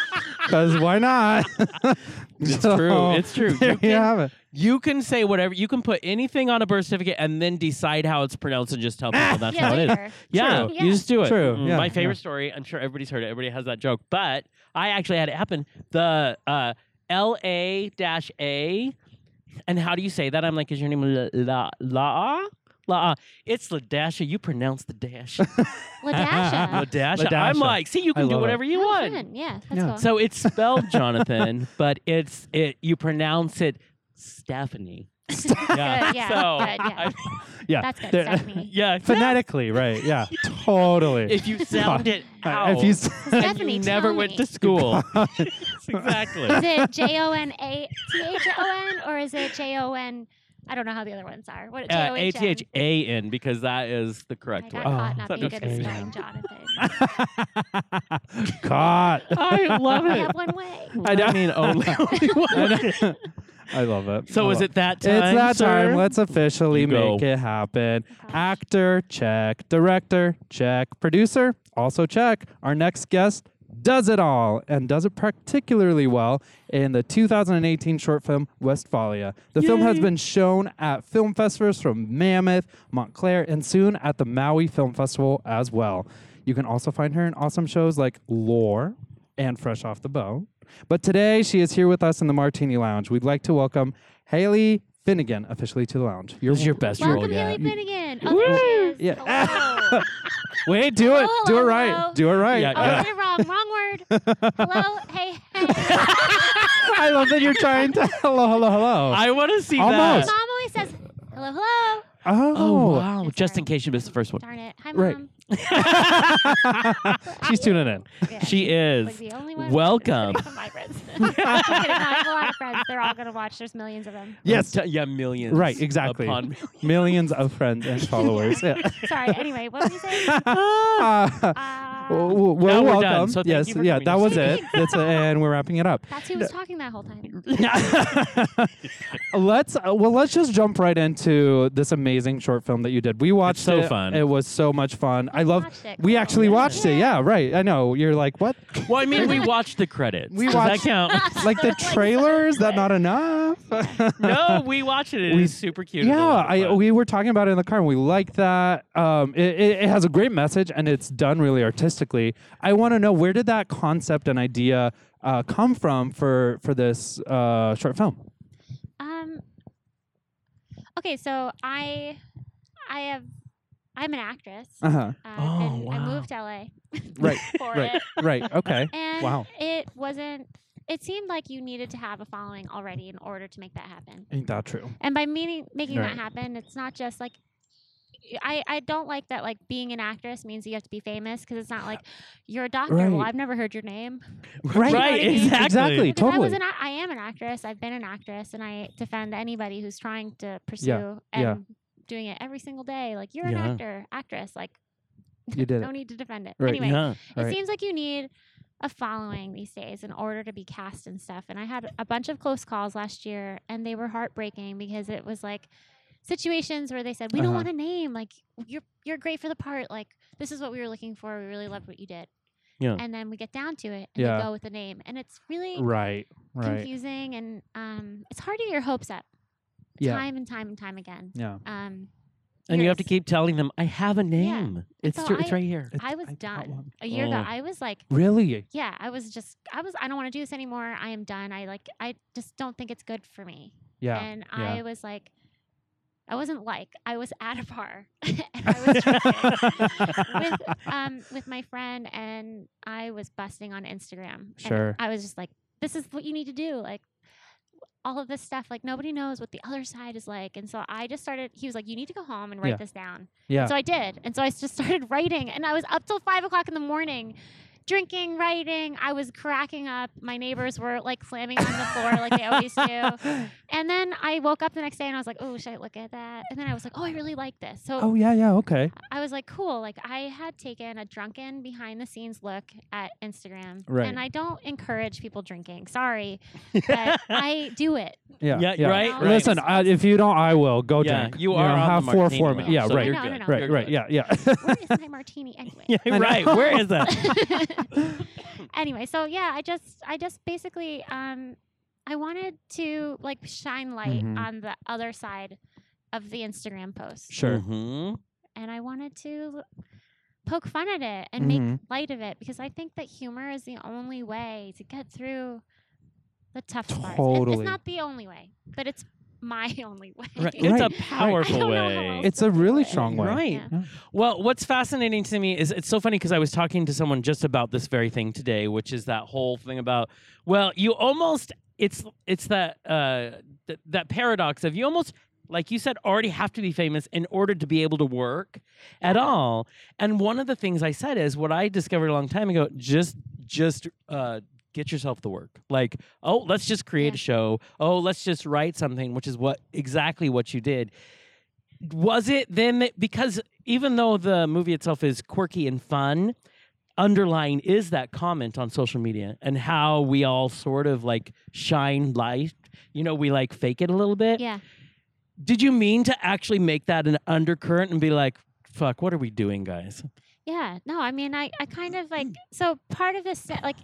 S5: because why not?
S4: It's
S5: So,
S4: true. It's true. You
S5: There you
S4: can-
S5: have it.
S4: You can say whatever. You can put anything on a birth certificate and then decide how it's pronounced and just tell people that's
S6: Ah. yeah,
S4: how it is.
S6: later.
S4: Yeah,
S5: True.
S4: you just do it. Mm-hmm.
S5: True, yeah,
S4: My
S5: yeah.
S4: favorite story. I'm sure everybody's heard it. Everybody has that joke. But I actually had it happen. The uh, L A dash A, and how do you say that? I'm like, is your name La La La? La, it's Ladasha. You pronounce the dash.
S6: Ladasha.
S4: Ladasha. I'm
S5: Ladasha.
S4: like, see, you
S5: I
S4: can do
S5: love it.
S4: whatever you
S6: Oh,
S4: want.
S6: fun. Yeah, that's
S5: Yeah.
S6: cool.
S4: So it's spelled Jonathan, but it's it. You pronounce it Stephanie.
S6: Good, yeah,
S4: So
S6: good, yeah.
S4: I-
S5: Yeah.
S6: That's good,
S5: There-
S6: Stephanie.
S4: yeah,
S5: Phonetically, right? Yeah. Totally.
S4: If you sound it
S5: Uh,
S4: out,
S5: If you s-
S4: and
S6: Stephanie,
S4: you
S6: tell
S4: never went
S6: me.
S4: to school, Yes, exactly.
S6: Is it J O N A T H O N or is it J O N? I don't know how the other ones are. What J O
S4: Uh, A
S6: H N?
S4: T H E A N because that is the
S6: I
S4: correct
S6: got
S4: way.
S5: Oh,
S6: caught not
S4: that
S6: being good at
S4: doesn't
S6: spelling
S4: make
S6: Jonathan.
S5: caught.
S4: I love
S6: I
S4: it.
S6: have one way.
S4: I, mean, only, only one.
S5: I love it.
S4: So
S5: I
S4: is
S5: love
S4: it that time?
S5: It's that time.
S4: sir?
S5: Let's officially
S4: You go.
S5: make it happen.
S6: Gosh.
S5: Actor, check. Director, check. Producer, also check. Our next guest does it all and does it particularly well in the 2018 short film Westphalia. The film has been shown at film festivals from Mammoth, Montclair, and soon at the Maui Film Festival as well. You can also find her in awesome shows like Lore and Fresh Off the Bone. But today she is here with us in the Martini Lounge. We'd like to welcome Haley Finnegan officially to the lounge. You're
S4: This is your best role
S6: Welcome,
S4: yet.
S6: Haley Finnegan. Oh, there she is.
S5: Yeah.
S6: Hello.
S5: Wait, do it.
S6: Hello,
S5: do it right.
S6: hello.
S5: Do it right.
S4: Yeah,
S6: Oh, I did it wrong. Wrong word. Hello. Hey, hey.
S5: I love that you're trying to. Hello, hello, hello.
S4: I want to see
S5: Almost.
S4: that.
S6: Mom always says, hello, hello.
S5: oh,
S4: Oh wow!
S6: That's
S4: Just in
S6: right.
S4: case you missed the first one,
S6: uh, Darn it. Hi, Mom.
S5: Right. She's tuning in.
S6: Yeah.
S4: she
S6: Like
S4: is.
S6: the only one
S4: Welcome.
S6: From my friends. I'm kidding. No, I have a lot of friends. They're all going to watch. There's millions of them.
S5: Yes.
S4: T- yeah, millions.
S5: Right, exactly.
S4: Upon
S5: Millions of friends and followers. Yeah.
S6: Sorry. Anyway, what did you say? Uh,
S5: Uh, well, well,
S4: Now we're
S5: welcome.
S4: done, so thank
S5: yes,
S4: you for
S5: yeah,
S4: coming.
S5: that was it. That's it, and we're wrapping it up.
S6: that's who was talking that whole time.
S4: Mm-hmm.
S5: let's uh, well let's just jump right into this amazing short film that you did. We watched
S4: so
S5: it.
S4: fun.
S5: It was so much fun. I love
S6: watched it.
S5: We
S6: Cool.
S5: actually
S6: Yeah.
S5: watched it. Yeah, right. I know. You're like, "What?
S4: well, I mean, we watched the credits.
S5: We
S4: Does
S5: watched-
S4: that count?
S5: Like the trailer is that not enough?"
S4: no, we watched it. It is
S5: We-
S4: super cute.
S5: yeah, I,
S4: we.
S5: we were talking about it in the car and we like that. Um, it, it, it has a great message and it's done really artistically. I want to know where did that concept and idea uh, come from for for this uh, short film?
S6: Um. Okay, so I, I have, I'm an actress.
S5: Uh huh.
S6: Uh,
S4: Oh,
S6: and I
S4: wow.
S6: moved to LA
S5: Right.
S6: for
S5: Right.
S6: it,
S5: right. Okay.
S6: and
S5: Wow.
S6: it wasn't. It seemed like you needed to have a following already in order to make that happen.
S5: Ain't that true?
S6: And by meaning making
S5: Right.
S6: that happen, it's not just like. I, I don't like that like being an actress means you have to be famous because it's not like you're a doctor well
S5: Right.
S6: I've never heard your name
S5: Right.
S4: Right,
S6: I mean?
S4: exactly.
S5: Exactly.
S6: Because I
S5: Totally.
S6: was an act- I am an actress. I've been an actress, and I defend anybody who's trying to pursue and
S5: yeah.
S6: doing it every single day. Like you're
S4: Yeah.
S6: an actor, actress. Like
S5: You did
S6: no
S5: it.
S6: need to defend it.
S5: Right,
S6: Anyway,
S4: Yeah.
S6: it
S5: right.
S6: seems like you need a following these days in order to be cast and stuff. And I had a bunch of close calls last year, and they were heartbreaking because it was like situations where they said, "We don't
S5: Uh-huh.
S6: want a name. Like you're you're great for the part. Like this is what we were looking for. We really loved what you did."
S4: Yeah.
S6: And then we get down to it and
S5: Yeah.
S6: we go with a name, and it's really
S5: Right. Right.
S6: confusing and um, it's hard to get your hopes up
S5: Yeah.
S6: time and time and time again.
S5: Yeah.
S6: Um,
S4: And you have to
S6: years.
S4: keep telling them, I have a name. It's,
S6: so
S4: tr- it's
S6: I-
S4: right here.
S5: It's-
S6: I was
S5: I got
S6: done
S5: one.
S6: a year ago.
S4: Oh.
S6: I was like,
S5: Really?
S6: yeah, I was just, I was, I don't want to do this anymore. I am done. I like, I just don't think it's good for me.
S5: Yeah.
S6: and
S5: yeah.
S6: I was like, I wasn't like, I was at a bar and I was drinking with um with my friend, and I was busting on Instagram. and
S5: Sure.
S6: I was just like, this is what you need to do, like all of this stuff. Like nobody knows what the other side is like, and so I just started. He was like, you need to go home and write
S5: Yeah.
S6: this down.
S5: Yeah.
S6: So I did, and so I just started writing, and I was up till five o'clock in the morning. Drinking, writing, I was cracking up. My neighbors were like slamming on the floor like they always do. And then I woke up the next day and I was like, oh, should I look at that? And then I was like, oh, I really like this. So
S5: oh yeah, yeah. Okay.
S6: I was like, cool. Like I had taken a drunken behind the scenes look at Instagram.
S5: Right.
S6: And I don't encourage people drinking. Sorry. But I do it.
S5: Yeah.
S4: Yeah, right, right.
S5: Listen, I, if you don't, I will go
S4: Yeah,
S5: drink.
S4: you are
S5: know,
S4: on
S5: have
S4: the
S5: four
S4: martini
S5: for
S4: now,
S5: me. Yeah.
S4: so
S5: right.
S4: you're
S6: No,
S4: good.
S6: no, no,
S5: Right.
S4: You're
S5: right.
S4: good.
S5: Yeah. Yeah.
S6: Where is my martini anyway?
S4: Yeah,
S5: I know.
S4: right. Where is that?
S6: anyway, so yeah, I just I just basically um I wanted to like shine light
S5: Mhm.
S6: on the other side of the Instagram post.
S5: Sure.
S4: Mhm.
S6: and I wanted to poke fun at it and make
S5: Mhm.
S6: light of it because I think that humor is the only way to get through the tough parts. It- It's
S5: Totally.
S6: not the only way, but it's my only way.
S4: Right.
S5: Right.
S4: It's
S5: I
S4: a
S5: don't
S6: know
S4: powerful
S6: how
S4: way.
S6: else
S5: It's a really strong way.
S4: Right.
S6: Yeah.
S5: Yeah.
S4: Well, what's fascinating to me is it's so funny because I was talking to someone just about this very thing today, which is that whole thing about well, you almost it's it's that uh th- that paradox of you almost like you said already have to be famous in order to be able to work at all. And one of the things I said is what I discovered a long time ago just just uh get yourself the work. Like, oh, let's just create
S6: Yeah.
S4: a show. Oh, let's just write something, which is what exactly what you did. Was it then that, because even though the movie itself is quirky and fun, underlying is that comment on social media and how we all sort of like shine light. You know, we like fake it a little bit.
S6: Yeah.
S4: Did you mean to actually make that an undercurrent and be like, fuck, what are we doing, guys?
S6: Yeah. No, I mean, I, I kind of like, so part of this, set, like,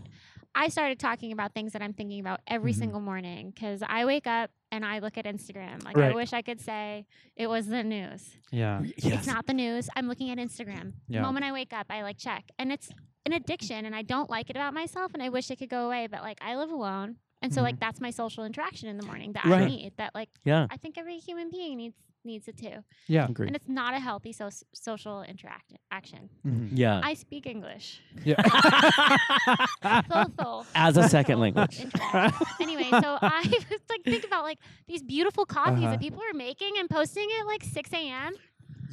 S6: I started talking about things that I'm thinking about every
S4: Mm-hmm.
S5: Mhm.
S6: single morning because I wake up and I look at Instagram. Like, I
S5: Right.
S6: wish I could say it was the news.
S5: Yeah.
S4: Yes.
S6: It's not the news. I'm looking at Instagram. The
S5: Yeah.
S6: moment I wake up, I like check. And it's an addiction and I don't like it about myself and I wish it could go away, but like I live alone. And so like that's my social interaction in the morning that I
S4: Mm-hmm. Right.
S6: need that like
S4: yeah.
S6: I think every human being needs needs it too.
S5: Yeah.
S4: Agree.
S6: And it's not a healthy so- social interact action.
S5: Mhm.
S4: Yeah.
S6: I speak English.
S5: Mm-hmm. Yeah.
S6: Social.
S4: As a second
S6: social
S4: language.
S6: interaction. anyway, so I was like think about like these beautiful coffees
S5: Uh-huh.
S6: that people are making and posting at like six AM.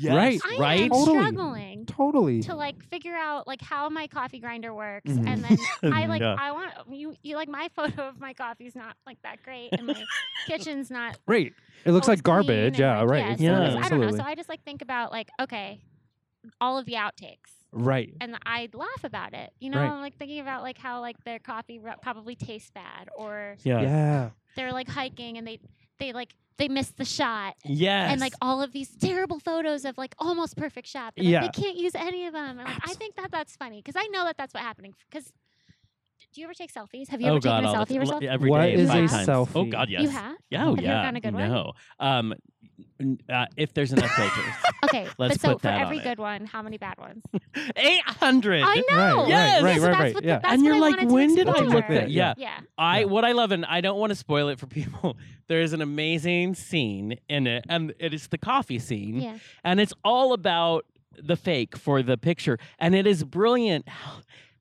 S5: Right.
S6: I am
S4: Right?
S5: Totally.
S6: struggling
S5: Totally.
S6: to like figure out like how my coffee grinder works
S5: Mhm.
S6: and then i like
S4: Yeah.
S6: i want you you like my photo of my coffee's not like that great and my kitchen's not
S5: Right. It looks
S6: always
S5: like
S6: clean
S5: garbage.
S6: and,
S5: Yeah.
S6: like,
S5: Right.
S6: yeah, so it's-
S5: Absolutely.
S6: i don't know so i just like think about like okay all of the outtakes
S5: Right.
S6: and i laugh about it you know
S5: Right.
S6: i'm like thinking about like how like their coffee ro- probably tastes bad or
S4: Yeah.
S5: Yeah.
S6: they're like hiking and they they like they missed the shot
S4: Yes.
S6: and like all of these terrible photos of like almost perfect shot. But
S5: Yeah.
S6: like, they can't use any of them. And like, I think that that's funny because I know that that's what happening. Because do you ever take selfies? Have you ever taken a
S4: Oh, all the ti-
S6: selfie yourself?
S4: l- every
S5: What
S4: day and
S6: is
S4: five
S6: a
S4: times.
S5: selfie?
S4: Oh God, yes.
S6: You have.
S4: Yeah, oh,
S6: Have you ever
S4: yeah.
S6: gotten a good one?
S4: no. Um, n- uh, if there's enough filters,
S6: Okay, but
S4: Let's
S6: so
S4: put
S6: for
S4: that on
S6: every
S4: it.
S6: good one, how many bad ones?
S4: eight hundred.
S6: I
S5: Right,
S6: know.
S5: right,
S4: Yes.
S5: right,
S6: Yeah, so
S5: right,
S6: that's
S5: right,
S6: what the-
S5: yeah.
S6: that's
S4: and
S6: what
S4: you're
S6: I
S4: like,
S6: wanted to
S4: when did I
S6: explore.
S4: look that?
S5: Yeah.
S4: Yeah.
S6: Yeah.
S4: I
S5: Yeah.
S4: what I love, and I don't want to spoil it for people. There is an amazing scene in it, and it is the coffee scene,
S6: Yeah.
S4: and it's all about the fake for the picture, and it is brilliant. How,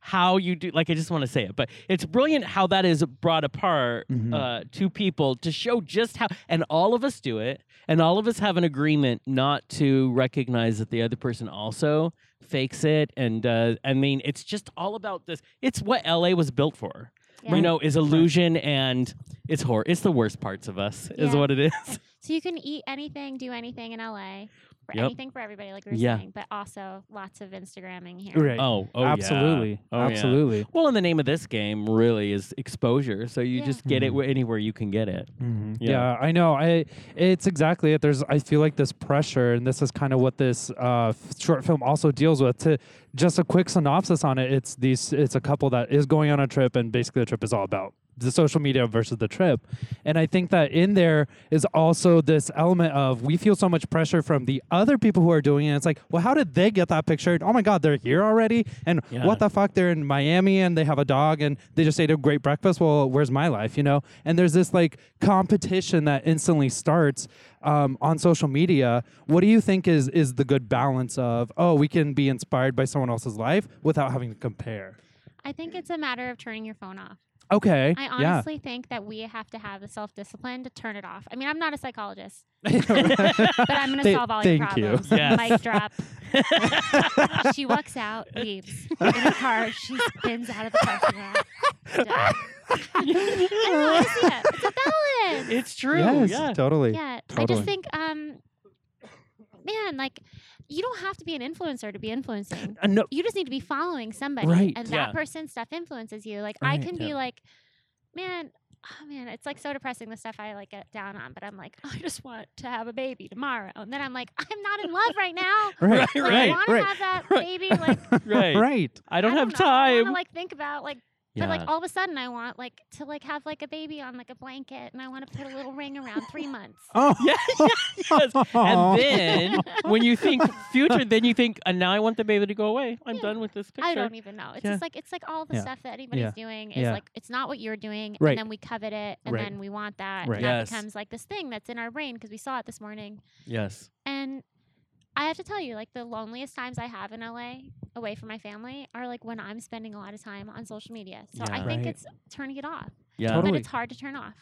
S4: how you do like I just want to say it, but it's brilliant how that is brought apart
S5: Mhm.
S4: uh, to people to show just how, and all of us do it, and all of us have an agreement not to recognize that the other person also fakes it, and uh, I mean it's just all about this. It's what LA was built for
S6: yeah.
S4: you know, is illusion and it's horror. It's the worst parts of us, is
S6: Yeah.
S4: what it is.
S6: So you can eat anything, do anything in LA. For
S4: Yep.
S6: anything for everybody, like we were
S4: Yeah.
S6: saying, but also lots of Instagramming here.
S5: Right.
S4: Oh, oh, yeah.
S5: Absolutely.
S4: Oh, yeah.
S5: Absolutely.
S4: Well, and the name of this game really is exposure. So you
S6: Yeah.
S4: just get
S5: Mm-hmm.
S4: it wh- anywhere you can get it.
S5: Mhm.
S4: Yeah.
S5: Yeah. I know. I it's exactly it. There's I feel like this pressure, and this is kind of what this uh, f- short film also deals with. To just a quick synopsis on it, it's these it's a couple that is going on a trip, and basically the trip is all about the social media versus the trip. And I think that in there is also this element of we feel so much pressure from the other people who are doing it. It's like, well, how did they get that picture? And, oh my God, they're here already. And
S4: Yeah.
S5: what the fuck? They're in Miami and they have a dog and they just ate a great breakfast. Well, where's my life? You know? And there's this like competition that instantly starts um, on social media. What do you think is is the good balance of, oh, we can be inspired by someone else's life without having to compare?
S6: I think it's a matter of turning your phone off.
S5: Okay.
S6: I
S5: yeah.
S6: honestly think that we have to have the self discipline to turn it off. I mean, I'm not a psychologist, but I'm going to
S5: Th-
S6: solve all your
S5: thank you.
S6: problems.
S4: Yes.
S6: Mic drop. she walks out, leaves in her car. She spins out of the parking lot. Done. I know, I see it. It's a balance.
S4: It's true.
S5: yes,
S4: yeah.
S5: totally.
S6: Yeah, I
S5: Totally.
S6: just think, um, man, like you don't have to be an influencer to be influencing.
S5: Uh, no,
S6: You just need to be following somebody,
S5: Right,
S6: and that
S4: yeah.
S6: person's stuff influences you. Like I
S5: Right,
S6: can be
S4: yeah.
S6: like, man. Oh man, it's like so depressing the stuff I like get down on, but I'm like, oh, I just want to have a baby tomorrow. And then I'm like, I'm not in love right now.
S5: right,
S6: Like, I
S4: Right,
S6: want to have that
S5: right.
S6: baby. Like,
S4: Right.
S5: right.
S4: I don't have
S6: know, I
S4: time.
S6: want to like think about like
S4: yeah.
S6: but like all of a sudden, I want like to like have like a baby on like a blanket, and I want to put a little ring around three months.
S5: Oh,
S4: Yeah, yes. And then when you think future, then you think, and now I want the baby to go away. I'm
S6: Yeah.
S4: done with this picture.
S6: I don't even know. It's
S4: Yeah.
S6: just like it's like all the
S5: Yeah.
S6: stuff that anybody's
S5: Yeah.
S6: doing is
S5: Yeah.
S6: like it's not what you're doing,
S5: Right.
S6: and then we covet it, and
S5: Right.
S6: then we want that,
S5: Right.
S6: and that
S4: Yes.
S6: becomes like this thing that's in our brain because we saw it this morning.
S4: Yes.
S6: And I have to tell you, like the loneliest times I have in LA away from my family are like when I'm spending a lot of time on social media. So I
S4: Yeah.
S6: think
S5: Right.
S6: it's turning it off,
S4: Yeah.
S5: Totally.
S6: but it's hard to turn off.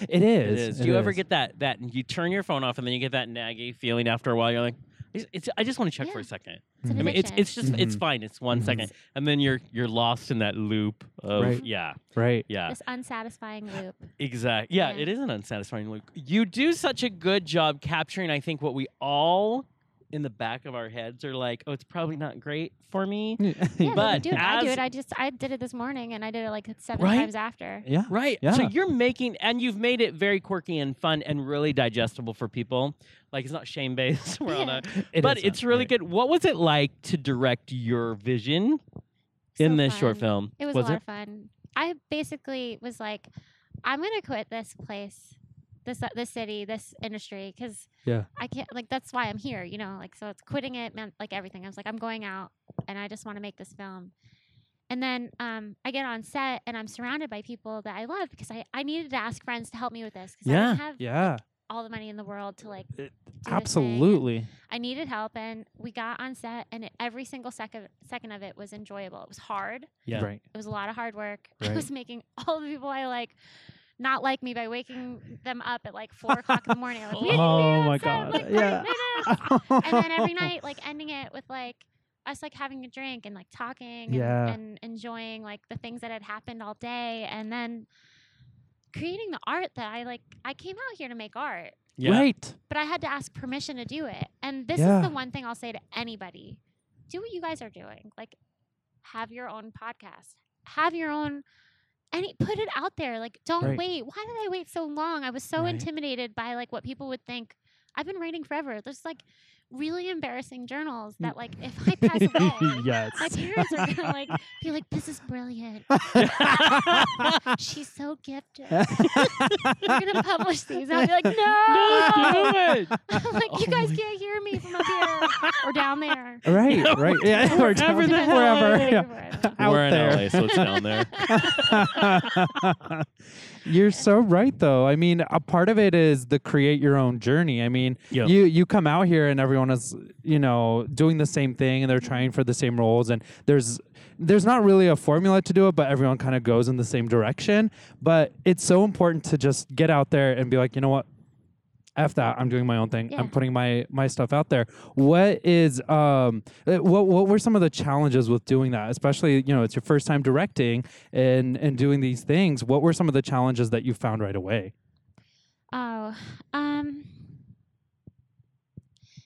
S5: it
S4: It
S5: is.
S4: is.
S5: it
S4: Do you ever
S5: is.
S4: get that that you turn your phone off and then you get that naggy feeling after a while? You're like, it's, it's, I just want to check for a
S6: Yeah.
S4: second.
S6: It's an
S4: I mean, it's
S6: addiction.
S4: it's just it's
S5: Mhm.
S4: fine. It's one
S5: Mhm.
S4: second, and then you're you're lost in that loop of
S5: Right.
S4: yeah,
S5: right?
S4: yeah.
S6: this unsatisfying loop.
S4: Exactly. Yeah,
S6: Yeah.
S4: it is an unsatisfying look. You do such a good job capturing, I think, what we all in the back of our heads are like, oh, it's probably not great for me.
S6: Yeah, no,
S4: But
S6: dude, I do
S4: as-
S6: it. I just I did it this morning, and I did it like seven
S4: Right?
S6: times after.
S5: yeah.
S4: Right. So
S5: Yeah.
S4: you're making, and you've made it very quirky and fun and really digestible for people. Like, it's not shame based. We're on a,
S5: It
S4: but
S5: is uh,
S4: it's
S5: not
S4: really
S5: great.
S4: good. What was it like to direct your vision
S6: So
S4: in this short
S6: fun.
S4: film?
S6: It was, a lot of fun. I basically was like, I'm gonna quit this place, this uh, this city, this industry, because
S5: Yeah.
S6: I can't like that's why I'm here, you know. Like so, it's quitting it meant like everything. I was like, I'm going out, and I just want to make this film. And then um, I get on set, and I'm surrounded by people that I love because I, I needed to ask friends to help me with this because I
S4: Yeah.
S6: didn't have
S5: Yeah,
S6: all the money in the world to like. do this thing, and
S5: absolutely.
S6: I needed help, and we got on set, and it, every single second second of it was enjoyable. It was hard.
S4: Yeah.
S5: Right.
S6: It was a lot of hard work. I
S5: Right.
S6: was making all the people I like not like me by waking them up at like four o'clock in the morning. I'm Like, we didn't do
S5: Oh
S6: that
S5: my
S6: set, I'm
S5: God,
S6: like,
S5: yeah.
S6: "Wait, no, no." and then every night, like ending it with like us like having a drink and like talking and,
S5: Yeah.
S6: and enjoying like the things that had happened all day, and then creating the art that I like. I came out here to make art,
S4: Yeah.
S5: Right.
S6: but I had to ask permission to do it. And this
S5: Yeah.
S6: is the one thing I'll say to anybody do what you guys are doing. Like, have your own podcast, have your own, any, put it out there. Like, don't
S5: Right.
S6: wait. Why did I wait so long? I was so
S5: Right.
S6: intimidated by like what people would think. I've been writing forever. There's like really embarrassing
S5: Mm.
S6: journals that, like, if I pass away, my
S5: yes.
S6: parents are gonna like be like, "This is brilliant. She's so gifted. We're gonna publish these." And I'll be like,
S4: No, do it.
S6: I'm like, you guys can't hear me from up here or down there.
S5: Right.
S4: Yeah,
S5: Right. Yeah.
S4: whatever
S5: down there
S4: the
S6: Depends on
S4: hell
S5: forever.
S6: where
S4: it
S6: you
S5: Yeah.
S6: live.
S5: Out
S4: We're in
S5: there.
S4: LA, so it's down there.
S5: You're so right, though. I mean, a part of it is the create your own journey. I mean,
S4: Yeah.
S5: you you come out here and everyone is you know doing the same thing and they're trying for the same roles and there's there's not really a formula to do it, but everyone kind of goes in the same direction. But it's so important to just get out there and be like, you know what, F that. I'm doing my own thing.
S6: Yeah.
S5: I'm putting my my stuff out there. What is um uh, what what were some of the challenges with doing that? Especially, you know, it's your first time directing and and doing these things. What were some of the challenges that you found right away?
S6: Oh, um,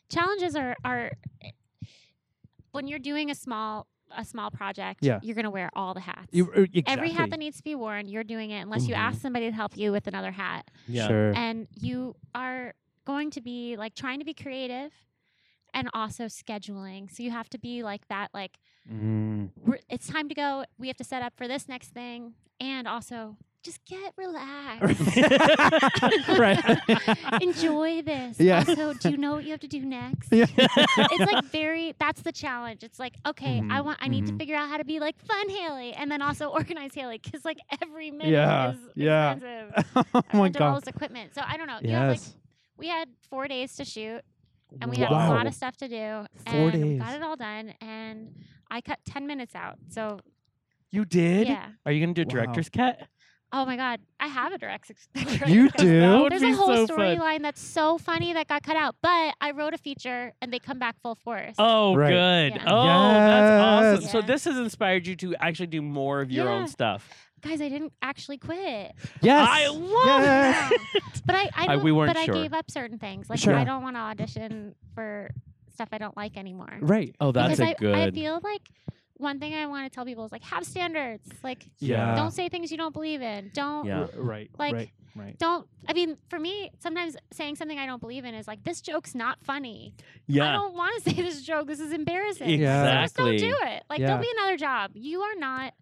S6: challenges are are when you're doing a small a small project.
S5: Yeah.
S6: you're gonna wear all the hats.
S5: You er, exactly. Mm-hmm.
S6: Every hat that needs to be worn, you're doing it unless you
S4: Mhm.
S6: ask somebody to help you with another hat.
S4: Yeah.
S5: Sure.
S6: And you are going to be like trying to be creative and also scheduling. So you have to be like that, like
S5: Mm.
S6: we're, it's time to go. We have to set up for this next thing, and also just get relaxed.
S5: right.
S6: Enjoy this.
S5: Yeah.
S6: Also, do you know what you have to do next?
S5: Yeah.
S6: it's like very that's the challenge. It's like, okay, I
S5: Mhm,
S6: want I need to
S5: mhm.
S6: figure out how to be like fun Haley and then also organize Haley because like every minute
S5: Yeah,
S6: is
S5: yeah.
S6: expensive.
S5: oh
S6: I
S5: my
S6: rented all
S5: god.
S6: this equipment. So I don't know. You know, like
S5: Yes.
S6: we had four days to shoot and we had
S5: Wow.
S6: a lot of stuff to do.
S5: Four
S6: and we got
S5: days.
S6: it all done and I cut ten minutes out. So
S4: You did?
S6: yeah.
S4: Are you gonna do a
S5: Wow.
S4: director's cut?
S6: Oh my god. I have a direct ex- direct
S5: You
S6: cut.
S5: do?
S4: would
S6: There's
S4: be
S6: a
S4: so
S6: whole
S4: fun.
S6: storyline that's so funny that got cut out, but I wrote a feature and they come back full force.
S4: Oh,
S5: Right.
S4: good.
S6: Yeah.
S4: Oh, that's awesome.
S6: Yes.
S4: So
S6: Yeah.
S4: this has inspired you to actually do more of your
S6: Yeah.
S4: own stuff.
S6: Guys, I didn't actually quit. Um,
S5: Yes.
S4: I love
S5: yes.
S6: But I, I,
S4: I-
S6: don't-
S4: we weren't
S6: but
S4: sure.
S6: I gave up certain things. Like
S5: Sure.
S6: I don't want to audition for stuff I don't like anymore.
S5: Right.
S4: Oh, that's
S6: because I
S4: a good.
S6: I feel like one thing I want to tell people is like have standards. Like
S5: Yeah.
S6: don't say things you don't believe in. Don't
S4: Yeah.
S5: R- right.
S6: Like-
S5: right. Right.
S6: don't I mean for me sometimes saying something I don't believe in is like this joke's not funny. I
S4: yeah.
S6: don't want to say this joke. This is embarrassing.
S5: Yeah.
S6: Just don't
S4: Exactly.
S6: do it. Like
S5: Yeah.
S6: don't be another job. You are not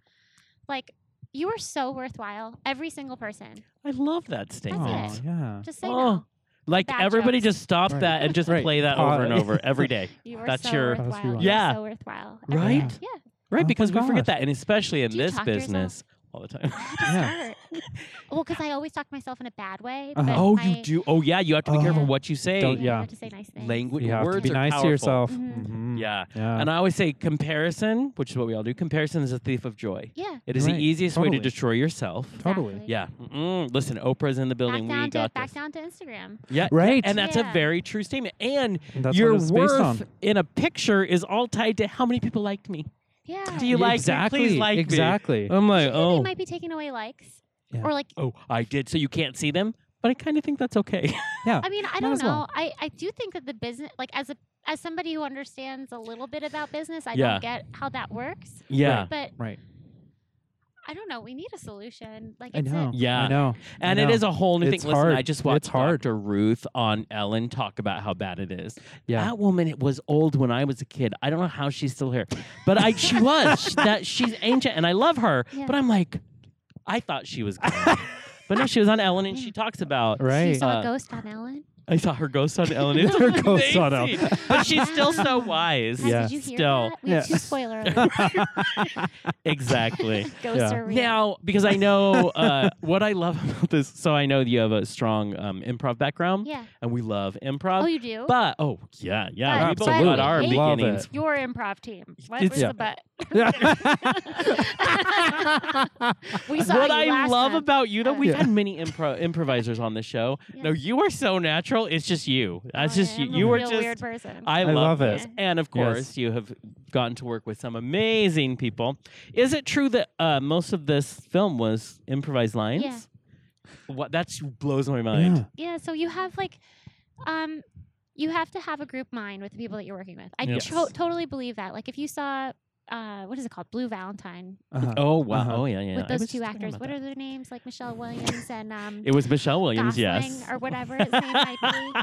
S6: like you are so worthwhile. Every single person.
S4: I love that statement.
S5: Oh,
S6: it.
S5: yeah.
S6: Just say
S4: Oh,
S6: no.
S4: Like
S6: Bad
S4: everybody
S6: jokes.
S4: just stop
S5: Right.
S4: that and just
S5: Right.
S4: play that
S5: Pause.
S4: over and over every day.
S6: You are
S4: That's
S6: so
S4: your-
S5: That's who you
S6: worthwhile.
S5: are.
S4: Yeah.
S6: You're so worthwhile. Every day.
S5: Right?
S6: Yeah.
S5: Oh my
S4: Right? Because we
S5: gosh.
S4: forget that. And especially in
S6: Do you
S4: this
S6: talk to yourself?
S4: business all the time.
S5: Yeah.
S6: Well, because I always talk to myself in a bad way.
S5: Uh-huh.
S6: but
S4: oh,
S6: my-
S4: you do. Oh, yeah. You have to be
S5: Oh.
S4: careful what you say.
S6: I
S5: Don't- yeah.
S6: have to say nice things.
S4: Language,
S5: You have
S4: words
S5: to be
S4: are
S5: nice to
S4: powerful. Mm-hmm.
S5: yourself.
S6: Mhm.
S5: Mhm.
S4: Yeah.
S5: Yeah.
S4: And I always say comparison, which is what we all do. Comparison is a thief of joy.
S6: Yeah.
S4: It is
S5: Right.
S4: the easiest way to
S5: Totally.
S4: destroy yourself.
S5: Totally.
S6: exactly.
S4: Yeah. Mm-mm. Listen, Oprah's in the
S6: Back
S4: building.
S6: down
S4: we
S6: to
S4: got
S6: back
S4: this.
S6: down to Instagram.
S4: Yeah.
S5: Right.
S4: And that's a
S6: Yeah.
S4: very true statement. And
S5: And that's
S4: your
S5: what it's
S4: worth
S5: based on.
S4: in a picture is all tied to how many people liked me.
S6: Yeah.
S4: Do you like
S5: exactly.
S4: me? Please like
S5: exactly.
S4: me. I'm like,
S6: Maybe They
S4: oh,
S6: might be taking away likes.
S5: Yeah.
S6: Or like
S4: oh, I did. So you can't see them, but I kind of think that's okay.
S6: I mean, I
S5: Might
S6: don't
S5: as
S6: know.
S5: well.
S6: I, I do think that the business like as a as somebody who understands a little bit about business, I
S4: Yeah.
S6: don't get how that works.
S4: yeah.
S6: But
S5: Right.
S6: I don't know. We need a solution. Like
S5: I
S6: it's
S5: know.
S6: A,
S4: Yeah.
S5: I know.
S4: And
S5: I
S4: it
S5: know.
S4: is a whole new
S5: It's
S4: thing. Listen, I
S5: hard.
S4: just
S5: It's
S4: watched
S5: hard.
S4: Dr. Ruth on Ellen talk about how bad it is.
S5: Yeah.
S4: That woman it was old when I was a kid. I don't know how she's still here, but I she was She- that she's ancient, and I love her.
S6: Yeah.
S4: But I'm like, I thought she was, gone. but no, she was on Ellen, and she talks about.
S6: you
S5: Right.
S6: saw
S4: Uh,
S6: a ghost on Ellen.
S4: I saw her ghost on Ellen. It's
S5: Her ghost on
S4: amazing. but she's still so wise.
S6: Guys,
S5: Yeah.
S6: Did you hear
S4: Still.
S6: that? We have
S5: Yeah.
S6: two spoiler alerts.
S4: Exactly.
S6: Ghosts
S5: Yeah.
S6: are real.
S4: Now, because I know uh, what I love about this, so I know that you have a strong um, improv background,
S6: yeah.
S4: and we love improv.
S6: Oh, you do.
S4: uh, But oh yeah, yeah,
S6: But-
S4: we both
S6: but
S4: got our
S6: hate
S5: Love
S4: beginnings.
S5: it.
S6: your improv team. What
S4: It's-
S6: was
S5: Yeah.
S6: the but? we saw
S4: What
S6: you
S4: I
S6: last
S4: love
S6: time.
S4: about you, though,
S6: Uh,
S4: we've
S5: Yeah.
S4: had many impro- improvisers on the show.
S6: Yeah.
S4: No, you are so natural. It's just you. That's
S6: Oh, yeah,
S4: just you.
S6: I'm
S4: You
S6: a
S4: are
S6: real
S4: just.
S6: weird person.
S4: I,
S5: I love it.
S4: this. And of
S5: Yes.
S4: course, you have gotten to work with some amazing people. Is it true that uh, most of this film was improvised lines? What that blows my mind.
S5: Yeah.
S6: Yeah, so you have like, um, you have to have a group mind with the people that you're working with. I
S4: Yes.
S6: to- totally believe that. Like, if you saw, uh, what is it called, Blue Valentine,
S5: Uh-huh.
S4: Oh wow!
S5: Uh-huh.
S4: Oh yeah, yeah.
S6: with
S4: I was
S6: those two
S4: just talking
S6: actors.
S4: about
S6: What
S4: that.
S6: are their names? Like Michelle Williams and um,
S4: It was Michelle Williams.
S6: Gosling
S4: yes.
S6: or whatever his name might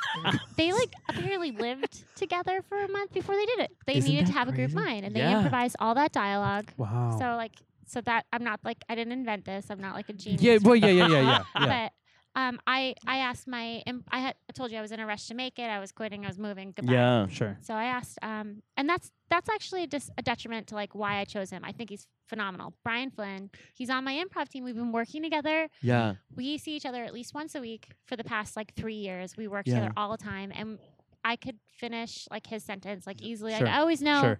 S6: be. They like apparently lived together for a month before they did it. They
S5: Isn't
S6: needed
S5: that
S6: to have a
S5: crazy?
S6: group mind, and
S4: Yeah.
S6: they improvised all that dialogue.
S5: Wow.
S6: So like, so that I'm not like I didn't invent this. I'm not like a genius.
S5: yeah.
S6: or
S5: Well. Yeah. Yeah. Yeah. Yeah. yeah.
S6: But um, I I asked my im- I had I told you I was in a rush to make it. I was quitting. I was moving. Goodbye.
S4: yeah.
S5: Sure.
S6: So I asked, um, and that's that's actually a, dis- a detriment to like why I chose him. I think he's phenomenal. Brian Flynn. He's on my improv team. We've been working together.
S4: Yeah.
S6: We see each other at least once a week for the past like three years. We work
S5: Yeah.
S6: together all the time, and I could finish like his sentence like easily.
S5: Sure.
S6: I always know
S5: Sure.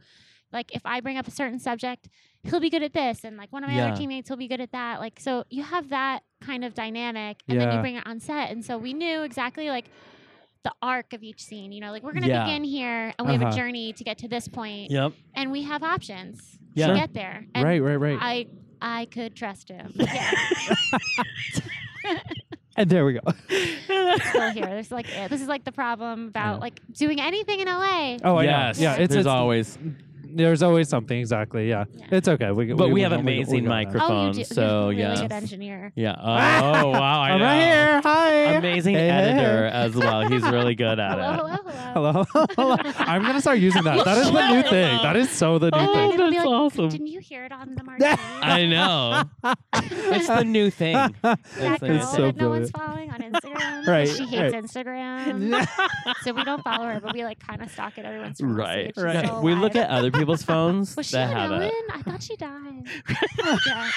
S6: like if I bring up a certain subject, he'll be good at this, and like one of my
S4: Yeah.
S6: other teammates will be good at that. Like so, you have that kind of dynamic, and then
S5: Yeah.
S6: you bring it on set, and so we knew exactly like the arc of each scene. You know, like we're gonna
S4: Yeah.
S6: begin here, and we have
S5: Uh-huh.
S6: a journey to get to this point,
S4: Yep.
S6: and we have options
S4: Yeah.
S5: Sure.
S6: to get there. And
S5: Right. Right. Right.
S6: I I could trust him. Yeah,
S5: and there we go.
S6: still here. There's like eh, this is like the problem about like doing anything in LA.
S5: Oh, I know.
S4: yes.
S5: Yeah. It's,
S4: There's
S5: it's
S4: always
S5: There's always something. Exactly. Yeah.
S6: Yeah.
S5: It's okay. We,
S4: But we have
S5: went on- we- we
S4: amazing
S5: got that.
S4: micro-
S6: Oh, you
S4: Microphone,
S6: do.
S4: so,
S6: You're a really
S4: yeah.
S6: good engineer.
S4: Yeah. Oh, wow. I
S5: I'm
S4: know.
S5: right here. Hi.
S4: Amazing
S5: Hey, hey, hey.
S4: editor as well. He's really good at
S6: Hello,
S4: it.
S6: hello, hello.
S5: Hello. Hello. I'm gonna start using that. That is the new thing. That is so the new thing.
S4: Oh,
S6: And it'll be
S4: that's
S6: like,
S4: awesome.
S6: Didn't you hear it on the marquee?
S4: I know. it's the new thing.
S6: that
S4: It's the
S6: girl
S4: new
S5: It's
S6: that
S5: so
S4: thing.
S6: no
S5: brilliant.
S6: one's following on Instagram.
S5: Right,
S6: She hates
S5: right.
S6: Instagram. so we don't follow her, but we like kind of stalk it every once in a while.
S4: Right.
S6: see if she's
S4: right.
S6: still
S4: We look
S6: alive.
S4: at other people's phones
S6: Was she
S4: that
S6: an
S4: have
S6: Ellen?
S4: it.
S6: I thought she died. yeah.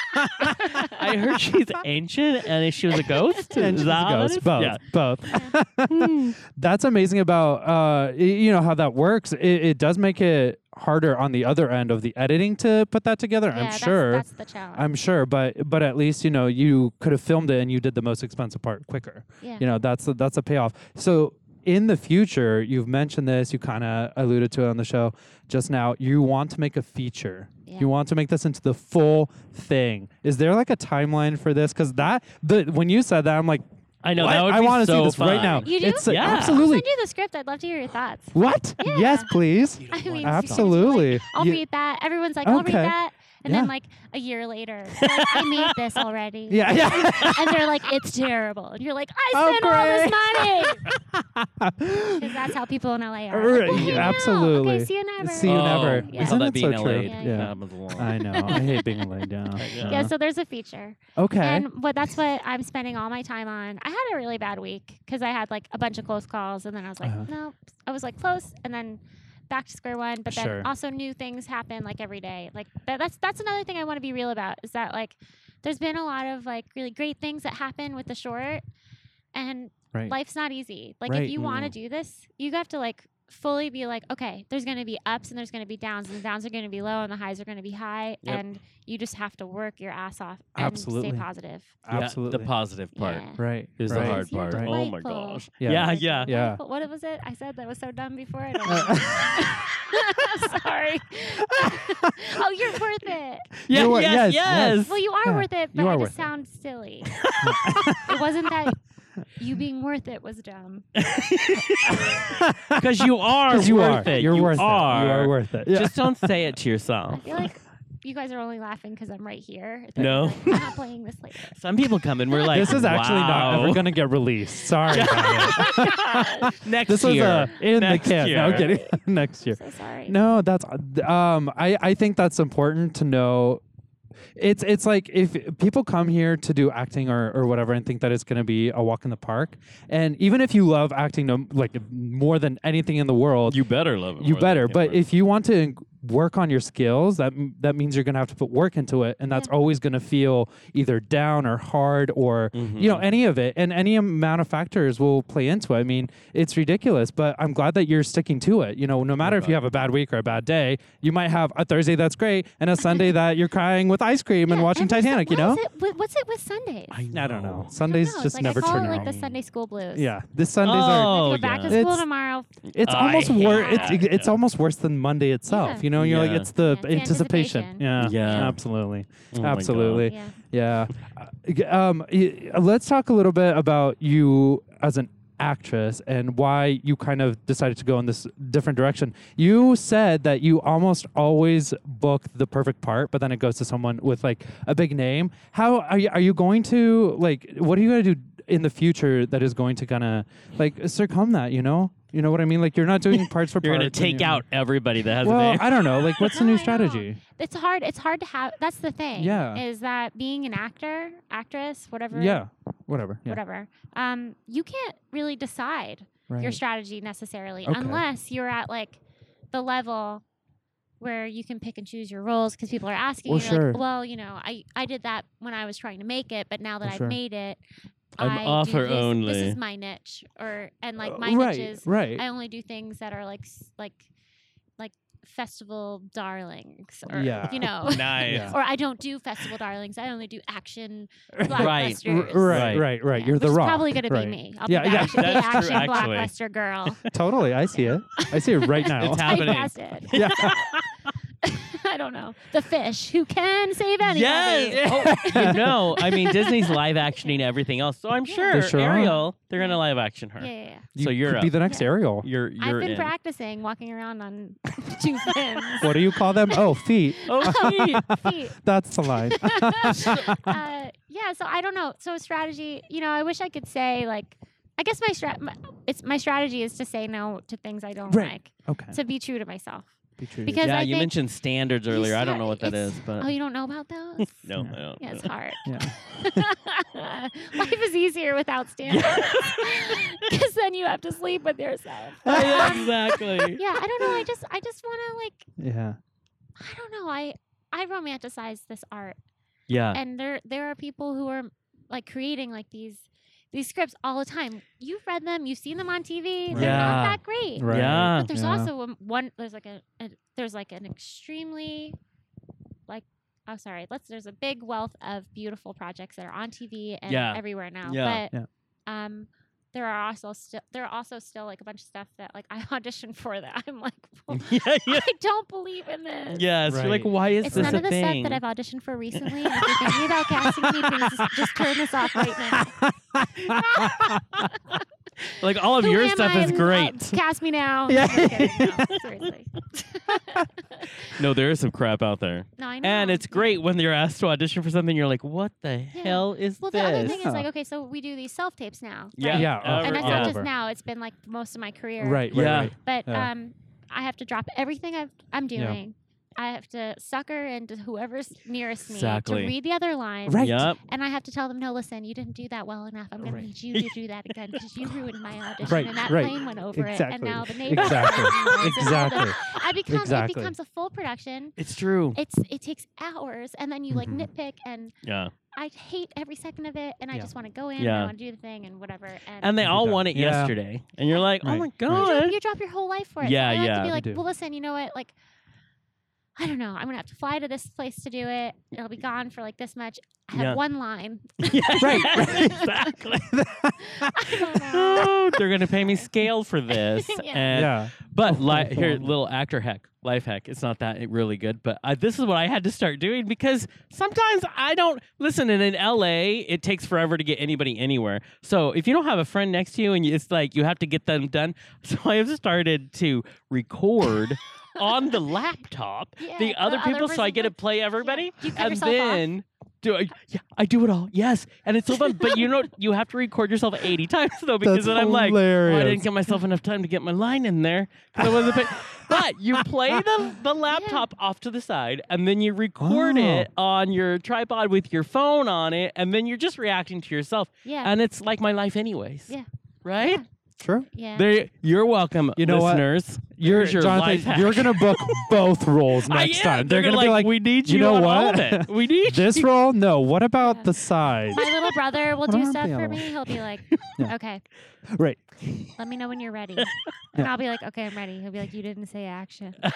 S4: I heard she's ancient and she was a ghost.
S5: And
S4: Is
S5: she's
S4: that
S5: a
S4: how that
S5: ghost.
S4: is?
S5: Both.
S4: Yeah.
S5: Both. That's amazing about uh, y- you know how that works. It, it does make it harder on the other end of the editing to put that together.
S6: Yeah,
S5: I'm
S6: that's,
S5: sure.
S6: That's the challenge.
S5: I'm sure, but but at least you know you could have filmed it and you did the most expensive part quicker.
S6: yeah.
S5: You know that's a, that's a payoff. So in the future, you've mentioned this, you kind of alluded to it on the show just now. You want to make a feature.
S6: Yeah.
S5: You want to make this into the full thing. Is there like a timeline for this? Because that the when you said that, I'm like,
S4: I know
S5: what?
S4: that would
S5: I
S4: be
S5: wanna
S4: so
S5: see this right
S4: fun.
S5: now.
S6: You do?
S5: It's uh,
S4: Yeah.
S6: I'll
S5: absolutely
S6: send you the script. I'd love to hear your thoughts.
S5: what?
S6: Yeah.
S5: Yes, please.
S6: I
S5: Absolutely.
S6: mean, seriously, like, I'll
S5: You-
S6: read that. Everyone's like, I'll
S5: Okay.
S6: read that. And
S5: Yeah.
S6: then, like, a year later, they're like, I made this already.
S5: Yeah, yeah.
S6: And they're like, it's terrible. And you're like, I
S5: Oh,
S6: spent all this money. Because that's how people in LA are. Like,
S5: Right,
S6: "We'll hang out.
S5: absolutely.
S6: Okay, see you never.
S5: See you
S4: Oh,
S5: never.
S4: We
S6: Yeah.
S4: call
S5: Isn't
S4: that
S5: it
S4: being
S5: so
S4: LA.
S5: true?
S6: Yeah,
S4: That
S5: yeah.
S4: happens a lot.
S5: I know. I hate being laid down.
S6: Yeah, so there's a feature.
S5: okay.
S6: And what that's what I'm spending all my time on. I had a really bad week because I had like a bunch of close calls, and then I was like,
S5: Uh-huh.
S6: no, I was like close, and then back to square one. But then
S5: Sure.
S6: also new things happen like every day. Like that, that's that's another thing I want to be real about is that like there's been a lot of like really great things that happen with the short, and
S5: Right.
S6: life's not easy. Like
S5: Right,
S6: if you want
S5: no.
S6: to do this, you have to like fully be like, okay, there's going to be ups and there's going to be downs, and the downs are going to be low and the highs are going to be high,
S5: Yep.
S6: and you just have to work your ass off and
S5: Absolutely.
S6: stay positive.
S4: Yeah,
S5: Absolutely.
S4: the positive part
S6: Yeah.
S5: right.
S4: is
S5: right.
S4: the hard
S6: You're
S4: part.
S5: Right.
S4: Oh my
S6: delightful.
S4: gosh.
S5: Yeah.
S4: Yeah,
S6: Like,
S4: yeah.
S5: Yeah.
S6: delightful- What was it I said that was so dumb before? I don't
S5: Uh,
S6: know. Sorry. oh, you're worth it.
S5: You know
S4: Yeah,
S5: what?
S4: yes,
S5: Yes, yes.
S6: Well, you are
S5: Yeah,
S6: worth it,
S5: you
S6: but
S5: are
S6: I
S5: worth
S6: just
S5: it.
S6: sound silly. it wasn't that you being worth it was dumb.
S4: Because you are
S5: 'Cause you
S4: worth
S5: are.
S4: it.
S5: You're
S4: You
S5: worth
S4: are.
S5: it. You are worth it. Yeah.
S4: Just don't say it to
S6: I
S4: yourself.
S6: feel like you guys are only laughing because I'm right here. It's like,
S4: No.
S6: like, I'm not playing this later.
S4: Some people come and we're like,
S5: this is actually not
S4: "Wow."
S5: ever gonna get released. Sorry. about it.
S4: next
S5: this was
S4: year.
S5: uh, in
S4: Next
S5: the can. No, I'm
S4: year.
S5: kidding. Next year.
S6: So sorry.
S5: No, that's um. I I think that's important to know. It's it's like if people come here to do acting or, or whatever and think that it's going to be a walk in the park, and even if you love acting no, like more than anything in the world,
S4: you better love it.
S5: you better. But if you want to in- work on your skills, that m- that means you're going to have to put work into it, and that's always going to feel either down or hard or you know any of it, and any amount of factors will play into it. I mean, it's ridiculous, but I'm glad that you're sticking to it. You know, no matter if you have a bad week or a bad day, you might have a Thursday that's great and a Sunday that you're crying with ice cream and
S6: Yeah,
S5: watching
S6: every Sun-
S5: Titanic. You
S6: what
S5: know,
S6: is it with- what's it with Sundays? I
S5: I don't know.
S6: don't
S5: Sundays
S6: know. It's
S5: just
S6: like,
S5: never
S6: I call
S5: turn
S6: it like
S5: around.
S6: the Sunday school blues.
S5: yeah, this Sundays are.
S6: Like,
S4: oh,
S6: go back
S4: yeah.
S6: to school
S5: It's-
S6: tomorse.
S5: It's
S4: I
S5: almost worse.
S6: hate
S5: It's
S4: that.
S5: it's almost worse than Monday itself.
S6: Yeah.
S5: You know, you're
S4: Yeah.
S5: like it's the
S6: Yeah, it's the
S5: anticipation.
S6: anticipation.
S5: Yeah.
S4: Yeah.
S5: absolutely,
S4: Oh my
S5: absolutely.
S6: God.
S5: Yeah. Uh, g- Um, y- let's talk a little bit about you as an actress and why you kind of decided to go in this different direction. You said that you almost always book the perfect part, but then it goes to someone with like a big name. How are you, are you going to like? What are you going to do in the future that is going to kind of like circum that? You know, you know what I mean. Like you're not doing parts for
S4: You're
S5: parts.
S4: gonna
S5: and
S4: take
S5: you're-
S4: out everybody that has a
S5: Well,
S4: name.
S5: I don't know. Like, what's the
S6: No,
S5: new
S6: I know.
S5: strategy?
S6: It's hard. It's hard to have. That's the thing.
S5: Yeah.
S6: Is that being an actor, actress, whatever.
S5: Yeah, whatever. Yeah,
S6: Whatever. Um, you can't really decide
S5: Right.
S6: your strategy necessarily
S5: Okay.
S6: unless you're at like the level where you can pick and choose your roles because people are asking
S5: Well,
S6: you
S5: sure.
S6: like, well, you know, I I did that when I was trying to make it, but now that
S5: Well,
S6: I've
S5: sure.
S6: made it,
S4: I'm
S6: I do
S4: author
S6: this, This
S4: only.
S6: is my niche, or and like
S5: Uh,
S6: my
S5: right,
S6: niche is
S5: right.
S6: I only do things that are like s- like like festival darlings or
S5: Yeah.
S6: you know
S4: Nice.
S5: Yeah.
S6: or I don't do festival darlings. I only do action
S4: Right,
S5: R- Right,
S6: blockbusters.
S4: Right.
S5: right, right.
S6: Yeah,
S5: You're
S6: which
S5: the
S6: is
S5: rock.
S6: probably going to
S5: right.
S6: be me. I'll
S5: Yeah,
S6: be the
S5: yeah.
S6: action, the
S4: That's true,
S6: action
S4: actually.
S6: blockbuster girl.
S5: Totally. I see it. I see it right now.
S4: It's
S6: I
S4: happening.
S6: passed it.
S5: yeah.
S6: I don't know. The fish who can save anybody.
S4: Yes. Oh, you know, I mean, Disney's live actioning everything else, so I'm sure,
S5: sure are.
S4: Ariel, they're gonna live action her.
S6: Yeah, yeah, yeah.
S5: You
S4: So you're
S5: could be
S4: up.
S5: the next Ariel.
S4: You're you're
S6: I've been
S4: in.
S6: practicing walking around on two fins.
S5: What do you call them? Oh, feet.
S4: Oh, sweet.
S6: Feet.
S5: That's the line.
S6: uh, yeah, so I don't know. So strategy, you know, I wish I could say like, I guess my, strat- my it's my strategy is to say no to things I don't
S5: Right.
S6: like,
S5: okay.
S6: to be true to myself.
S5: Be true.
S6: because-
S4: yeah,
S6: I
S4: you
S6: think
S4: mentioned standards
S6: you
S4: earlier. I don't
S6: start-
S4: know what that is,
S6: it's-
S4: but
S6: Oh, you don't know about those?
S4: Uh. no, I don't.
S6: Yeah, it's hard.
S5: Yeah.
S6: Life is easier without standards, because then you have to sleep with yourself.
S4: Oh, Yeah, exactly.
S6: yeah, I don't know. I just, I just want to like,
S5: Yeah.
S6: I don't know. I, I romanticize this art,
S4: Yeah.
S6: and there, there are people who are like creating like these, these scripts all the time. You've read them, you've seen them on TV. They're
S4: Yeah.
S6: not that great.
S5: Right.
S4: Yeah.
S6: But there's
S5: Yeah.
S6: also a, one. There's like a, a. There's like an extremely, like, oh sorry. Let's. There's a big wealth of beautiful projects that are on TV and
S4: Yeah.
S6: everywhere now.
S4: Yeah.
S6: But um, there are also still there are also still like a bunch of stuff that like I auditioned for that I'm like, well,
S4: yeah, yeah.
S6: I don't believe in this.
S4: Yes. You're like,
S5: Right.
S4: why is
S6: It's
S4: this
S6: none
S4: a
S6: of the
S4: thing?
S6: stuff that I've auditioned for recently. and if you're thinking about casting me, please just, just turn this off right now.
S4: like all of
S6: Who
S4: your
S6: am
S4: stuff
S6: I?
S4: is
S6: Mm, uh,
S4: great.
S6: cast me now.
S5: Yeah.
S6: Just kidding. No, seriously.
S4: No, there is some crap out there.
S6: No, I know.
S4: And it's great when you're asked to audition for something, you're like, what the hell is
S6: Well,
S4: this?
S6: the other thing
S5: Yeah.
S6: is like, okay, so we do these self tapes now.
S4: yeah.
S6: right?
S5: Yeah,
S4: uh,
S5: over-
S6: And that's
S4: yeah.
S6: not
S5: over.
S6: just now; it's been like most of my career.
S5: Right. Right.
S4: Yeah.
S5: Right.
S6: But
S5: Yeah.
S6: um, I have to drop everything I've, I'm
S5: Yeah.
S6: doing. I have to sucker into whoever's nearest me
S4: Exactly.
S6: to read the other line.
S5: Right.
S4: Yep.
S6: And I have to tell them, no, listen, you didn't do that well enough. I'm going
S5: Right.
S6: to need you to do that again because you ruined my audition.
S5: Right,
S6: And that
S5: right.
S6: plane went over it. And
S5: Exactly.
S6: now the neighbor.
S5: Exactly. Exactly.
S6: I become,
S5: Exactly.
S6: It becomes a full production.
S4: It's true.
S6: It's It takes hours. And then you like
S5: Mhm.
S6: nitpick and
S4: Yeah.
S6: I hate every second of it, and I
S5: Yeah.
S6: just want to go in and
S4: Yeah.
S6: I want to do the thing and whatever. And,
S4: And they
S5: You
S4: all
S5: don't-
S4: won it
S5: yeah.
S4: yesterday. And you're like, oh
S5: Right,
S4: my
S5: right.
S6: you,
S4: God.
S6: drop, you drop your whole life for it. So
S4: Yeah,
S6: I like
S4: yeah.
S6: To
S4: You
S6: be like,
S5: do.
S6: well, listen, you know what? Like, I don't know. I'm gonna have to fly to this place to do it. It'll be gone for like this much. I have
S4: Yeah.
S6: one line.
S4: Yeah,
S5: Right,
S6: right.
S4: exactly.
S6: I don't know.
S4: Oh, they're gonna pay me scale for this.
S6: Yeah.
S4: And
S5: Yeah.
S4: But li- here, little actor hack, life hack. It's not that really good, but I, this is what I had to start doing because sometimes I don't listen. And in LA, it takes forever to get anybody anywhere. So if you don't have a friend next to you, and it's like you have to get them done, so I have started to record on the laptop
S6: Yeah,
S4: the other people, so I
S6: person
S4: get to
S6: does-
S4: play everybody
S6: Yeah. You cut
S4: and
S6: yourself off.
S4: then do I, yeah, I do it all. Yes, and it's so fun. but you know, you have to record yourself eighty times though, because
S5: That's
S4: then I'm like, "Oh, I
S5: hilarious.
S4: didn't give myself enough time to get my line in there. 'cause I wasn't pay-" but you play the the laptop off to the side, and then you record
S5: Oh.
S4: it on your tripod with your phone on it, and then you're just reacting to yourself.
S6: Yeah.
S4: And it's like my life, anyways.
S6: Yeah.
S4: Right?
S5: Sure.
S6: yeah.
S4: There, you're welcome,
S5: You know what?
S4: listeners.
S5: You're
S4: There's your
S5: Jonathan.
S4: life hack.
S5: You're gonna book both roles
S4: I
S5: next
S4: am.
S5: time. They're, gonna,
S4: like,
S5: be like,
S4: we need you,
S5: "You know
S4: on all
S5: what?
S4: of it. We need
S5: this
S4: you.
S5: role, no. What about
S6: Yeah.
S5: the sides?
S6: My little brother will
S5: What
S6: do
S5: aren't
S6: stuff
S5: they
S6: for
S5: all?
S6: me. He'll be like,
S5: Yeah.
S6: okay,
S5: right.
S6: let me know when you're ready. And I'll be like, okay, I'm ready. He'll be like, you didn't say action. and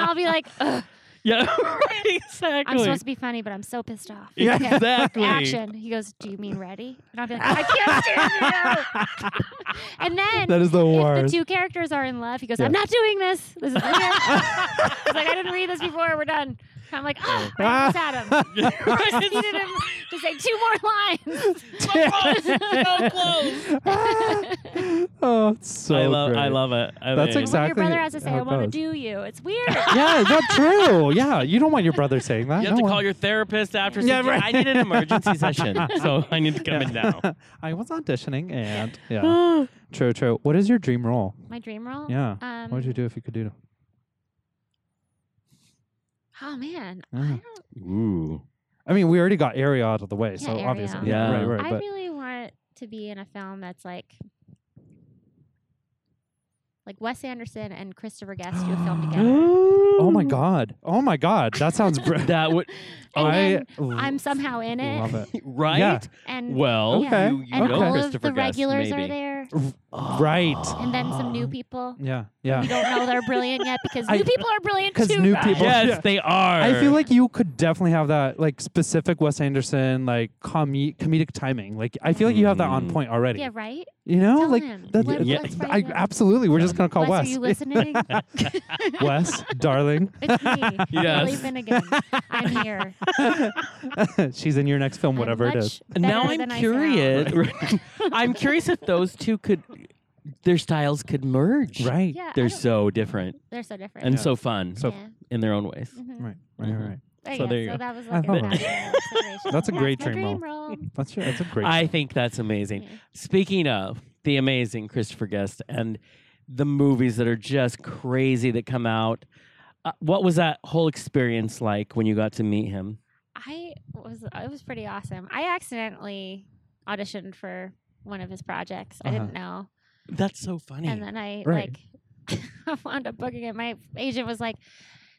S6: I'll be like, Ugh,
S4: Yeah, right, exactly.
S6: I'm supposed to be funny, but I'm so pissed off.
S4: Yeah,
S6: Okay.
S4: exactly.
S6: Action. He goes, do you mean ready? And I'll be like, I can't stand you. and then
S5: That is the
S6: if the
S5: worst.
S6: two characters are in love, he goes,
S5: Yeah.
S6: I'm not doing this. This is weird. He's like, I didn't read this before. We're done. I'm like, oh, I upset him. I just needed him to say two more lines.
S4: so close.
S5: oh, it's so
S4: I love,
S5: great.
S4: I love it. I
S5: That's exact-
S4: mean,
S6: When
S5: Exactly
S6: your brother has to say,
S5: how
S6: I
S5: it
S6: want to
S5: goes.
S6: do you. It's weird.
S5: Yeah, is that true? Yeah, you don't want your brother saying that.
S4: You have
S5: No
S4: to
S5: one-
S4: call your therapist after.
S5: Yeah,
S4: something.
S5: right.
S4: I need an emergency session, so I need to come in now.
S5: I was auditioning and yeah, true, true. What is your dream role?
S6: My dream role?
S5: Yeah.
S6: Um,
S5: What would you do if you could do?
S6: Oh, man. I,
S5: Yeah.
S6: don't,
S4: Ooh.
S5: I mean, we already got Ariel out of the way, so
S6: Ariel.
S5: obviously,
S4: Yeah.
S5: right, right.
S6: I
S5: but
S6: really want to be in a film that's like like Wes Anderson and Christopher Guest do a film together.
S5: oh my god, oh my god, that sounds br-
S4: That would
S6: And
S5: I
S6: then I'm somehow in it.
S5: love it.
S4: right.
S5: Yeah.
S6: And
S4: Well,
S5: Okay.
S4: you, you
S6: and
S4: know
S6: all of
S4: Christopher
S6: the
S4: Guest,
S6: regulars
S4: maybe.
S6: are there.
S5: Right.
S6: and then some new people.
S5: Yeah. Yeah.
S6: We don't know they're brilliant yet because
S5: I-
S6: new people are brilliant
S5: 'Cause
S6: too.
S5: new
S6: guys.
S5: people-
S4: Yes,
S5: Yeah.
S4: they are.
S5: I feel like you could definitely have that like specific Wes Anderson like com- comedic timing. Like I feel like you have that on
S4: Mhm.
S5: point already.
S6: Yeah, right.
S5: You know,
S6: Tell
S5: like
S6: him.
S5: that.
S6: Let
S5: yeah,
S6: Wes write
S5: I,
S6: it.
S5: absolutely. We're just gonna call
S6: Wes,
S5: Wes.
S6: Are you listening?
S5: Wes, darling,
S6: it's me,
S4: Yes.
S6: Lily Finnegan. I'm here.
S5: she's in your next film, whatever it is.
S4: now I'm curious. I'm curious if those two could their styles could merge.
S5: Right.
S6: Yeah, I
S4: They're
S6: don't-
S4: so different
S6: they're so different.
S4: and so fun
S5: So-
S6: yeah.
S4: in their own ways.
S6: Mhm.
S5: Right. Right.
S4: Mhm.
S5: Right.
S6: Oh,
S4: So
S6: yeah,
S4: there you
S6: so
S4: go.
S6: That was like
S5: Oh.
S6: an actual observation.
S5: That's a great
S6: my
S5: dream role. That's your, that's a great.
S4: I think that's amazing.
S6: Yeah.
S4: Speaking of the amazing Christopher Guest and the movies that are just crazy that come out, uh, what was that whole experience like when you got to meet him?
S6: I was it was pretty awesome. I accidentally auditioned for one of his projects. I
S5: Uh-huh.
S6: didn't know.
S4: That's so funny.
S6: And then I
S5: Right.
S6: like I wound up booking it. My agent was like,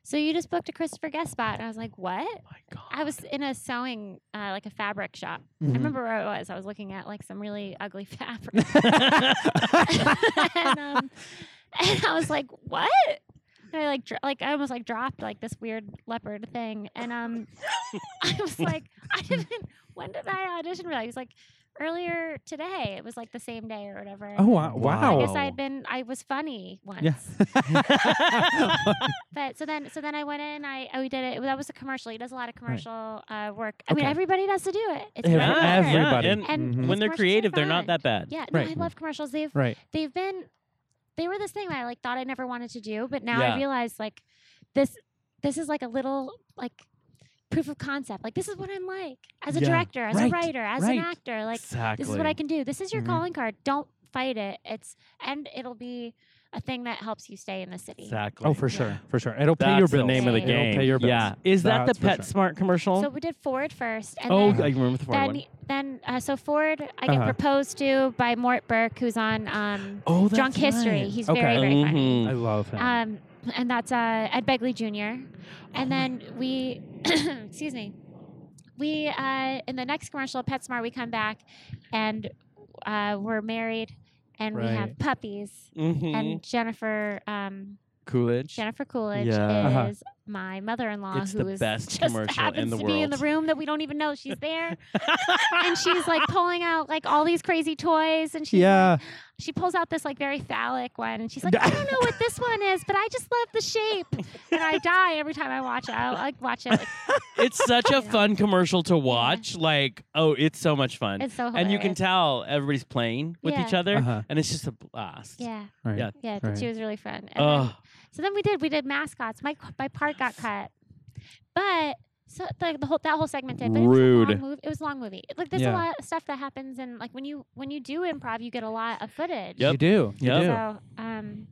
S6: "So you just booked a Christopher Guest spot?" And I was like, "What?"
S4: my God.
S6: I was in a sewing uh, like a fabric shop.
S5: Mhm.
S6: I remember where I was. I was looking at like some really ugly fabric. and, um, and I was like, "What?" And I like, dro- like I almost like dropped like this weird leopard thing, and um, I was like, "I didn't." When did I audition for that? He was like, "Earlier today." It was like the same day or whatever.
S5: Oh wow!
S6: I
S5: wow.
S6: guess I had been. I was funny once. But so then, so then I went in. I oh, we did it. That was a commercial. He does a lot of commercial uh, work. I mean,
S5: Okay.
S6: everybody has to do it. It's
S5: Ev-
S6: part of art.
S4: every-
S5: Everybody.
S4: And
S6: And
S5: Mhm.
S4: when
S6: it's
S4: they're
S6: commercially
S4: creative, they're not
S6: fun.
S4: that bad.
S6: Yeah, no, I
S5: Right.
S6: love commercials. They've
S5: right.
S6: they've been they were this thing that I like thought I never wanted to do, but now
S4: Yeah.
S6: I realize like this this is like a little like proof of concept. Like this is what I'm like as a
S5: Yeah.
S6: director, as
S5: Right,
S6: a writer, as
S5: right.
S6: an actor. Like
S4: exactly. Mm-hmm.
S6: this is what I can do. This is your
S5: Mhm.
S6: calling card. Don't fight it. It's and it'll be a thing that helps you stay in the city.
S4: Exactly.
S5: Oh, for sure. For sure. It'll pay
S4: That's
S5: your
S4: the
S5: bills.
S4: name of the
S6: It'll
S4: game.
S5: pay your bills.
S4: Yeah. Is that the
S5: That's for sure.
S4: PetSmart commercial?
S6: So we did Ford first, and
S4: oh,
S6: then
S4: I remember the fourth
S6: then,
S4: one.
S6: then uh, so Ford, I get
S5: Uh-huh.
S6: proposed to by Mort Burke, who's on um,
S4: Oh, that's
S6: Drunk History.
S4: right.
S6: He's
S5: Okay.
S6: very very funny.
S4: Mhm.
S5: I love him.
S6: Um, and that's uh, Ed Begley Jr.
S5: Oh
S6: And then we, excuse me, we uh, in the next commercial, PetSmart, we come back, and uh, we're married, and we have
S5: Right.
S6: puppies,
S4: Mhm.
S6: and Jennifer, um,
S4: Coolidge.
S6: Jennifer Coolidge
S4: Yeah.
S5: Uh-huh.
S6: is my mother-in-law,
S4: It's
S6: who
S4: the
S6: is
S4: best
S6: just
S4: commercial in
S6: happens
S4: the
S6: to be in the
S4: world.
S6: room that we don't even know she's there, and she's like pulling out like all these crazy toys, and she's like,
S5: yeah.
S6: she pulls out this like very phallic one and she's like, I don't know what this one is, but I just love the shape. And I die every time I watch it. I like watch it. Like,
S4: it's such a
S6: Yeah.
S4: fun commercial to watch. Like, oh, it's so much fun.
S6: it's so hilarious.
S4: and you can tell everybody's playing with each
S6: Yeah.
S4: other,
S5: Uh-huh.
S4: and it's just a blast.
S6: Yeah,
S5: Right.
S4: Yeah.
S6: yeah.
S5: Right.
S6: She was really fun. And then-
S4: Oh,
S6: so then we did we did mascots. My my part got cut, but so the, the whole that whole segment did. But
S4: Rude.
S6: It was a long movie. It was a long movie. Like there's
S5: Yeah.
S6: a lot of stuff that happens, and like when you when you do improv, you get a lot of footage.
S4: Yep.
S5: You do. You
S4: Yep.
S5: do.
S6: So um,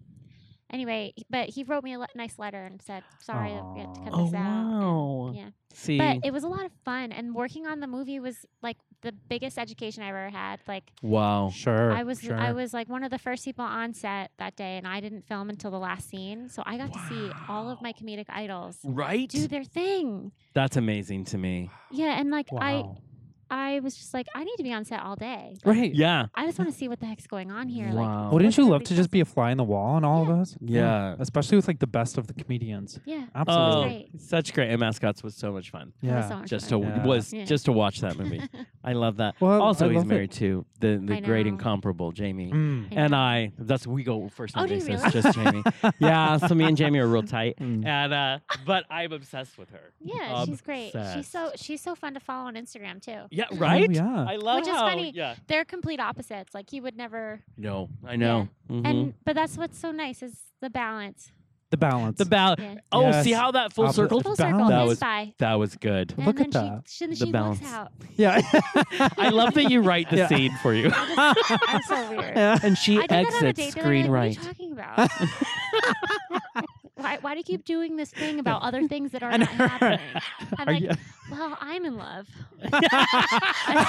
S6: anyway, but he wrote me a le- nice letter and said, "Sorry, that we have to cut
S4: oh
S6: this out." and-
S4: wow.
S6: yeah.
S4: See,
S6: But it was a lot of fun, and working on the movie was like the biggest education I ever had. Like
S4: wow.
S5: Sure.
S6: I was,
S5: Sure.
S6: I was like one of the first people on set that day, and I didn't film until the last scene, so I got to see all of my comedic idols
S5: Mm.
S4: Right?
S6: do their thing.
S4: That's amazing to me.
S6: Yeah, and like
S5: Wow.
S6: I, I was just like, I need to be on set all day.
S5: right.
S4: Yeah.
S6: I just want to see what the heck's going on here.
S4: Wow.
S6: Like,
S5: Wouldn't
S6: what's
S5: you
S6: the
S5: love to
S6: big
S5: just be a fly in the wall on all of us?
S4: Yeah.
S5: Especially with like the best of the comedians.
S6: concept? yeah,
S5: Absolutely.
S4: Oh,
S6: great.
S4: such great. And Mascots was so much fun.
S6: That was
S5: yeah.
S6: so much
S4: Just to
S6: fun.
S5: Yeah.
S4: was
S6: Yeah.
S4: just to watch that movie. I love that.
S5: Well,
S4: also,
S5: I
S4: he's
S5: love it.
S4: married to the the
S6: I
S4: great
S6: know.
S4: incomparable Jamie.
S5: Mm.
S6: I
S4: And
S6: know.
S4: I, that's we go first.
S6: Oh,
S4: name
S6: do you
S4: basis,
S6: really?
S4: Just Jamie. yeah. So me and Jamie are real tight.
S5: Mm.
S4: And uh, but I'm obsessed with her.
S6: yeah, she's great. She's so she's so fun to follow on Instagram too.
S4: Yeah.
S5: Oh,
S4: Right.
S5: yeah.
S4: I love
S6: Which is
S4: how.
S6: funny.
S4: Yeah.
S6: They're complete opposites. Like he would never
S4: No, I know.
S5: Mm-hmm.
S4: Mhm.
S6: And but that's what's so nice is the balance.
S5: The balance.
S4: the ballot.
S6: Yeah.
S4: Oh,
S5: Yes.
S4: see how that full
S5: Opposite.
S4: circle.
S6: Full circle,
S5: balance.
S4: That
S6: that
S4: was-
S6: was, by.
S4: That was good.
S6: And
S5: Look
S6: then
S5: at
S6: she,
S5: that.
S6: She, then
S4: The
S6: she
S4: balance.
S6: walks out.
S5: yeah.
S4: I love that you write the
S5: Yeah.
S4: scene for you.
S6: I'm so weird.
S4: and she
S6: I did that on a date
S4: exits
S6: the other
S4: screen
S6: night.
S4: right.
S6: What are you talking about? why, why do you keep doing this thing about other things that are
S5: And
S6: not
S5: her-
S6: happening? I'm
S5: Are
S6: like,
S5: you-
S6: well, I'm in love. I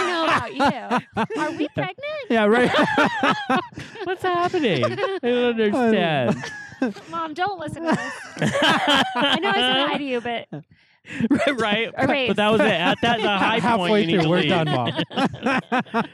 S6: don't know about you. Are we pregnant?
S5: yeah, right.
S4: What's happening? I don't understand.
S6: Mom, don't listen to this. I know I said hi to you, but
S4: right.
S6: Or wait.
S4: But that was it. At that the high
S5: Halfway
S4: point, you need
S5: through,
S4: to
S5: we're
S4: leave.
S5: done, mom.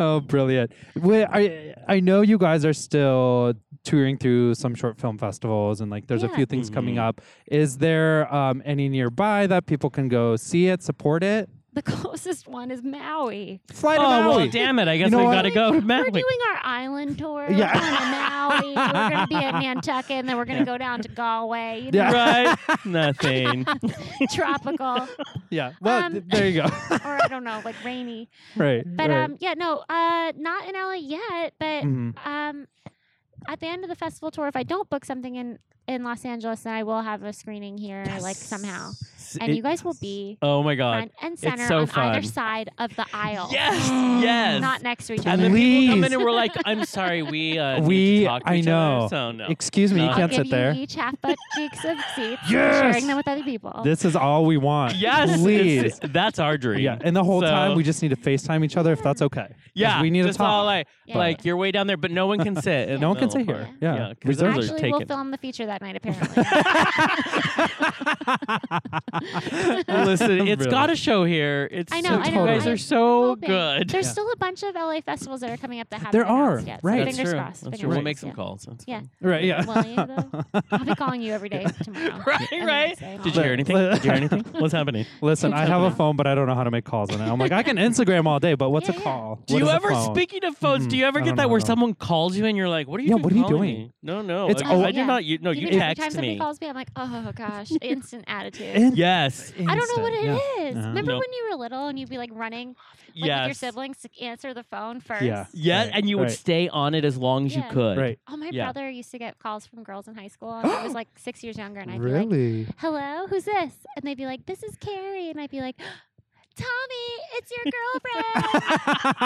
S5: Oh, brilliant! Wait, I I know you guys are still touring through some short film festivals, and like there's a
S6: Yeah.
S5: few things coming
S4: Mhm.
S5: up. Is there um, any nearby that people can go see it, support it?
S6: The closest one is Maui.
S5: Fly to
S4: Oh,
S5: Maui.
S4: well, damn it. I guess
S5: know
S4: we've
S5: what?
S4: got to go to
S6: We're
S4: Maui.
S6: doing our island tour.
S5: Yeah.
S6: We're going to Maui. We're going to be at Nantucket, and then we're going to go down to Galway. You know,
S5: Yeah.
S4: Right? Nothing.
S6: tropical,
S5: Yeah. Well,
S6: Um,
S5: th- there you go.
S6: or I don't know, like rainy.
S5: right.
S6: But
S5: right.
S6: um, yeah, no, uh, not in LA yet. But
S5: Mhm.
S6: um, at the end of the festival tour, if I don't book something in in Los Angeles, then I will have a screening here, like somehow,
S4: S-
S6: and
S4: it-
S6: you guys will be
S4: Oh my God.
S6: front and center
S4: so
S6: on
S4: fun.
S6: either side of the aisle.
S4: Yes. Yes.
S6: Mm. Not next to each
S4: and
S6: other.
S4: then people come
S5: Please.
S4: in and we're like, I'm sorry, we uh, need to
S5: We-
S4: talk to
S5: I
S4: each other,
S5: know.
S4: so no.
S5: Excuse me, you
S4: Uh,
S6: I'll
S5: can't
S6: give
S5: sit there.
S6: you each half butt cheeks of seats,
S5: Yes!
S6: sharing them with other people.
S5: This is all we want.
S4: yes,
S5: Please.
S4: it's- that's our dream.
S5: Yeah. And the whole
S4: So-
S5: time we just need to FaceTime each other if that's okay. 'Cause
S4: yeah,
S5: We need
S4: just
S5: to
S4: while,
S5: talk.
S4: like,
S6: Yeah.
S4: like you're way down there, but no one can sit.
S5: no
S4: in the
S5: one can
S4: middle
S5: sit here.
S4: part.
S5: Yeah.
S4: Yeah, 'cause
S5: Reserves are
S4: those
S6: Actually, we'll
S4: taken.
S6: film the feature that night. Apparently,
S4: Listen, it's
S5: Really.
S4: got a show here. It's
S6: I know,
S4: so-
S5: I
S4: you
S5: know,
S4: guys
S5: I'm
S4: are so
S6: hoping.
S4: good.
S6: There's
S5: Yeah.
S6: still a bunch of LA festivals that are coming up that haven't
S5: There
S6: been announced
S5: are,
S6: yet.
S5: right.
S6: So
S4: That's
S6: fingers
S4: true. That's
S6: crossed. fingers
S4: true. We'll
S6: crossed,
S4: make some
S6: yeah.
S4: calls. That's
S6: Yeah.
S4: fine.
S5: right. Yeah.
S6: Will you, though? I'll be calling you every day tomorrow.
S4: Right,
S6: and the
S4: right.
S6: next day.
S4: Did you hear anything? Did you hear anything? What's happening?
S5: Listen, I have a phone, but I don't know how to make calls on it. I'm like, I can Instagram all day, but what's
S6: Yeah,
S5: a
S6: yeah.
S5: call?
S4: Do
S5: What
S4: you
S5: is a
S4: ever,
S5: phone?
S4: speaking of phones, do
S5: Mm-mm.
S4: you ever
S5: I
S4: get
S5: don't
S4: that
S5: know,
S4: where
S5: no.
S4: someone calls you and you're like, what are you
S5: Yeah,
S4: doing?
S5: what are you
S4: calling
S5: doing?
S4: me?" No, no.
S5: It's oh,
S4: I-
S5: al-
S4: I did
S6: Yeah.
S4: not. You, no, you,
S6: know, every time
S4: text
S6: somebody
S4: me.
S6: calls me, I'm like, oh gosh, instant attitude.
S5: In-
S4: Yes.
S6: I don't know what it
S5: Instant,
S6: is.
S5: yeah. Uh-huh.
S6: Remember
S4: No.
S6: when you were little and you'd be like running like, with your
S4: yes.
S6: siblings to answer the phone first?
S5: Yeah.
S4: Yeah,
S5: Right,
S4: and you would
S5: right.
S4: stay on it as long as
S6: Yeah.
S4: you could.
S5: Right.
S6: Oh, my
S4: Yeah.
S6: brother used to get calls from girls in high school. And I was like six years younger, and I'd be like,
S5: Really?
S6: hello, who's this? And they'd be like, this is Carrie. And I'd be like, Tommy, it's your girlfriend.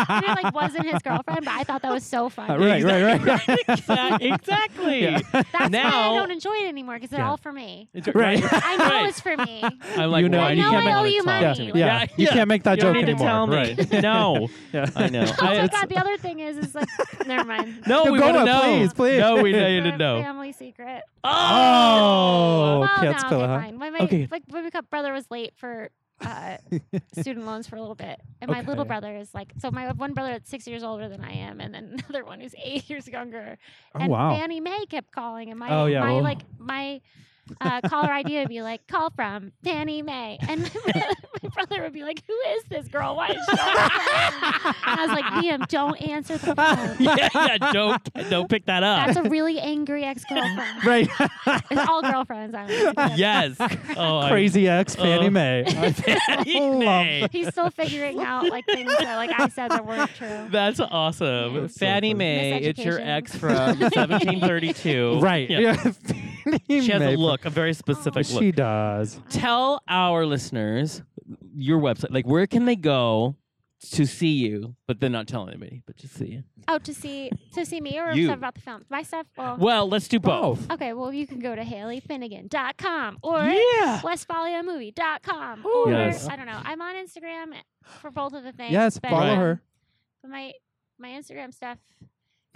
S6: and it like wasn't his girlfriend, but I thought that was so
S5: Uh,
S6: fun.
S5: right, right, right,
S4: Exa- exactly.
S5: Yeah.
S6: That's why
S4: Now-
S6: I don't enjoy it anymore because
S5: Yeah.
S6: they're all for me.
S4: It's-
S5: Right.
S6: I know
S4: Right.
S6: it's for me.
S4: I'm like,
S5: You know-
S4: why
S5: I
S4: do
S5: know
S4: you
S5: I
S4: wanna
S5: owe
S6: you
S4: talk
S6: money.
S5: Yeah,
S4: to me?
S6: Like-
S5: yeah. You can't make that
S4: You
S5: joke
S4: don't need to
S5: anymore.
S4: tell me.
S5: Right.
S4: No.
S5: Yeah.
S4: I know.
S6: Oh
S4: I-
S6: my god, the other thing is, is like, never mind.
S4: No,
S5: No,
S4: we
S5: go
S4: want to
S5: on,
S4: know.
S5: please, please.
S4: No, we
S6: It's
S4: need
S6: a
S4: to know.
S6: Family secret.
S5: Oh,
S6: well,
S5: okay,
S6: no,
S5: that's cool,
S6: okay,
S5: huh?
S6: fine. My, my,
S5: Okay.
S6: Like, my big brother was late for uh, student loans for a little bit, and my
S5: Okay.
S6: little brother is like, so my one brother that's six years older than I am, and then another one who's eight years younger.
S5: Oh
S6: and
S5: wow.
S6: Fannie Mae kept calling, and my
S5: Oh, yeah,
S6: my
S5: well-
S6: like my uh, caller ID would be like, "Call from Fannie Mae," and my brother, my brother would be like, "Who is this girl? Why is she?" on the phone?" and I was like, "Liam, don't answer the phone.
S4: yeah, yeah, don't don't pick that
S6: That's
S4: up.
S6: a really angry ex-girlfriend.
S5: Right.
S6: it's all girlfriends." I was
S4: yes. Oh, I-
S5: Crazy ex Fannie
S4: Uh,
S5: Mae.
S4: Nay.
S6: He's still figuring out like things that like I said that weren't true.
S4: That's awesome.
S5: That's so
S4: Fannie
S5: funny.
S4: Mae, it's your
S6: Miseducation.
S4: ex from 1732.
S5: Right.
S4: Yeah.
S5: Yeah. Fannie
S4: She has
S5: Mae.
S4: a look, a very specific look.
S5: She does.
S4: Tell our listeners your website. Like, where can they go to see you, but then not tell anybody, but just see you?
S6: Oh, to see to see me or
S4: You.
S6: stuff about the film. My stuff. Well,
S4: Well, let's do both.
S6: okay. Well, you can go to HaleyFinnegan.com or
S4: Yeah.
S6: WestphaliaMovie.com. Or
S4: Yes.
S6: I don't know. I'm on Instagram for both of the things.
S5: Yes,
S6: but,
S5: follow
S6: um,
S5: her.
S6: But my my Instagram stuff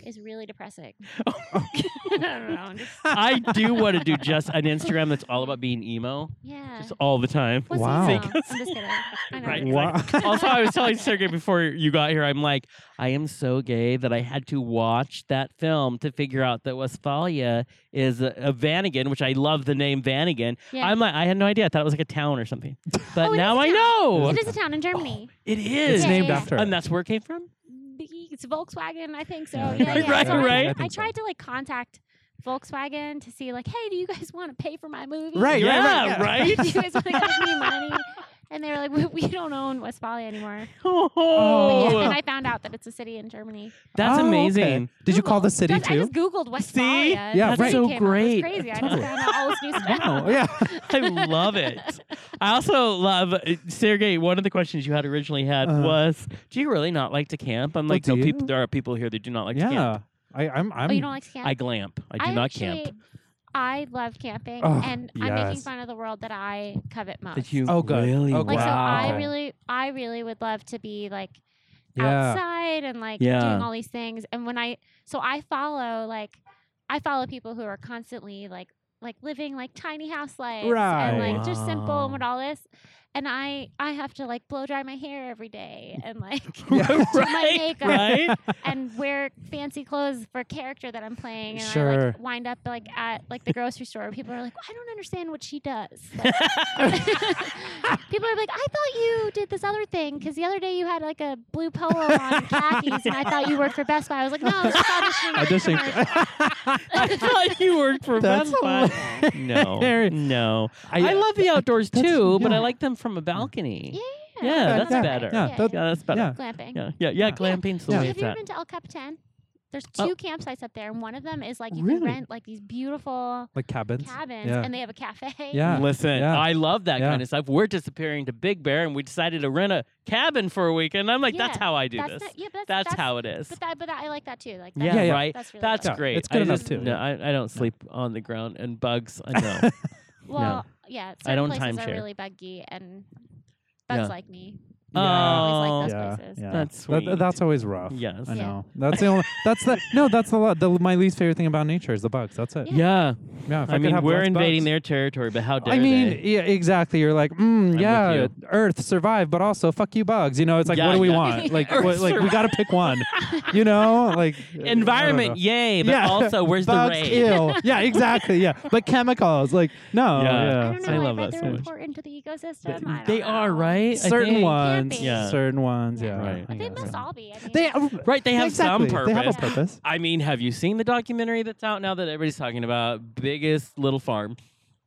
S6: is really depressing.
S4: Oh,
S6: I don't know. I'm just-
S4: I do want to do just an Instagram that's all about being emo,
S6: yeah.
S4: just all the time.
S6: What's
S5: Wow.
S6: emo? I'm just kidding. I know.
S4: Right.
S5: Wow.
S4: also, I was telling Sergey before you got here, I'm like, I am so gay that I had to watch that film to figure out that Westphalia is a, a Vanagon, which I love the name Vanagon.
S6: Yeah.
S4: I'm like, I had no idea. I thought it was like a town or something. But
S6: Oh, it
S4: now
S6: is a
S4: I
S6: town.
S4: know.
S6: it is a town in Germany.
S4: It
S5: It's
S4: is.
S6: Yeah,
S5: named
S6: yeah,
S5: after
S4: And
S5: her.
S4: that's where it came from?
S6: It's Volkswagen, I think so.
S5: Yeah, I
S6: Yeah, yeah.
S4: think so.
S6: So I-
S4: Right,
S5: I
S6: I,
S5: think so.
S6: tried to like contact Volkswagen to see like, hey, do you guys want to pay for my movie?
S5: Right,
S4: yeah,
S5: yeah.
S4: right?
S6: Do you guys want to give me money? And they were like, we, we don't own Westphalia anymore.
S4: oh,
S6: Yeah,
S5: uh.
S6: and I found out that it's a city in Germany.
S4: that's
S5: Oh, okay.
S4: amazing.
S5: Did you call
S6: Googled-
S5: the city
S6: just- I
S5: too?
S6: just googled Westphalia. and
S5: Yeah,
S6: the
S5: That's
S6: city
S4: so
S6: came up. It was
S4: great.
S6: crazy. I
S4: Totally.
S6: just found out all this new stuff.
S5: Oh, yeah.
S4: I love it. I also love uh, Sergey. One of the questions you had originally had
S5: Uh-huh.
S4: was, "Do you really not like to camp?" I'm
S5: Well,
S4: like,
S5: do
S4: "No,
S5: you?"
S4: people. There are people here that do not like to camp.
S5: Yeah. I, I'm. I'm
S6: Oh, you don't like to camp?
S4: I glamp. I do not camp.
S6: actually- I love camping,
S5: Oh,
S6: and I'm making
S5: yes.
S6: fun of the world that I covet most.
S5: Oh, good.
S4: Really?
S5: Okay.
S6: like so, I
S5: Wow.
S6: really, I really would love to be like
S5: yeah.
S6: outside and like
S4: Yeah.
S6: doing all these things. And when I, so I follow like, I follow people who are constantly like, like living like tiny house lives and like just simple
S4: Wow.
S6: and with all this. and I I have to like blow dry my hair every day and like do my
S4: right,
S6: makeup
S4: right.
S6: and wear fancy clothes for a character that I'm playing. And I
S5: Sure.
S6: like wind up like at like the grocery store where people are like, I don't understand what she does. Like, people are like, I thought you did this other thing because the other day you had like a blue polo on khakis and I thought you worked for Best Buy. I was like, no, I was just auditioning. for a commercial."
S4: I thought you worked for
S5: That's
S4: Best Buy. No,
S5: hilarious.
S4: no. I,
S5: I-
S4: love the outdoors
S5: that's-
S4: too, but
S5: yeah.
S4: I like them from a balcony.
S6: Yeah,
S4: Yeah, that's
S6: right.
S4: better.
S5: Yeah, that-
S4: Yeah, that's better.
S5: yeah.
S6: Glamping.
S4: Yeah, yeah, yeah. glamping's the
S5: Yeah.
S6: Have
S4: way
S6: you
S4: it's
S6: ever
S4: at.
S6: been to El Capitan? There's
S4: Oh.
S6: two campsites up there, and one of them is like you
S4: Really?
S6: can rent like these beautiful
S5: like cabins.
S6: cabins,
S5: Yeah.
S6: and they have a cafe.
S5: Yeah.
S4: Listen,
S5: Yeah.
S4: I love that
S5: Yeah.
S4: kind of stuff. We're disappearing to Big Bear, and we decided to rent a cabin for a weekend. I'm like, that's
S6: Yeah,
S4: how I do
S6: that's
S4: this.
S6: not- yeah, but
S4: that's, how it is.
S6: But that, but that, I like that too. Like
S4: yeah,
S6: that's,
S5: Yeah, yeah.
S4: right.
S6: That's really
S4: That's
S6: good.
S4: great.
S5: It's good
S4: I
S5: enough,
S4: just-
S5: too.
S4: No, I, I don't sleep on the ground and bugs. I know.
S6: Well, yeah, certain
S4: don't
S6: places
S4: timeshare.
S6: are really buggy, and bugs
S4: Yeah.
S6: like me.
S5: Yeah.
S6: always like
S4: oh,
S6: those
S5: yeah,
S6: places.
S5: yeah.
S4: That's
S5: That-
S4: sweet.
S5: that's always rough.
S4: Yes.
S5: I
S6: Yeah.
S5: know. That's the only. That's the no. That's the, lo- the my least favorite thing about nature is the bugs. That's it.
S6: Yeah.
S4: yeah.
S5: Yeah, if
S4: I
S5: could
S4: mean,
S5: have
S4: we're
S5: less
S4: invading
S5: bugs.
S4: their territory, but how dare
S5: I mean,
S4: they?
S5: yeah, exactly. You're like, mm,
S4: with
S5: yeah,
S4: you.
S5: Earth survive, but also fuck you, bugs. You know, it's like,
S4: Yeah,
S5: what do we
S4: yeah.
S5: want? Like,
S4: Earth
S5: what, like we got to pick one. You know, like uh, I don't know.
S4: Environment, yay, but also where's the
S5: bugs,
S4: rain?
S5: Ew. Yeah, exactly. Yeah, but chemicals, like no.
S4: Yeah.
S5: Yeah,
S6: I don't know.
S4: I love that
S6: read
S4: so
S6: they're
S4: much.
S6: important to the ecosystem. I
S4: They
S6: don't
S4: are
S6: know.
S4: right. I
S5: certain
S4: think.
S5: ones.
S6: be.
S4: Yeah.
S5: certain ones. Yeah,
S4: Right.
S5: I
S6: But they
S5: guess,
S6: must
S5: yeah.
S6: all be. I mean,
S5: They oh,
S4: Right, they have
S5: exactly.
S4: some purpose.
S5: They have a
S6: purpose.
S5: purpose.
S4: I mean, have you seen the documentary that's out now that everybody's talking about? Biggest Little Farm.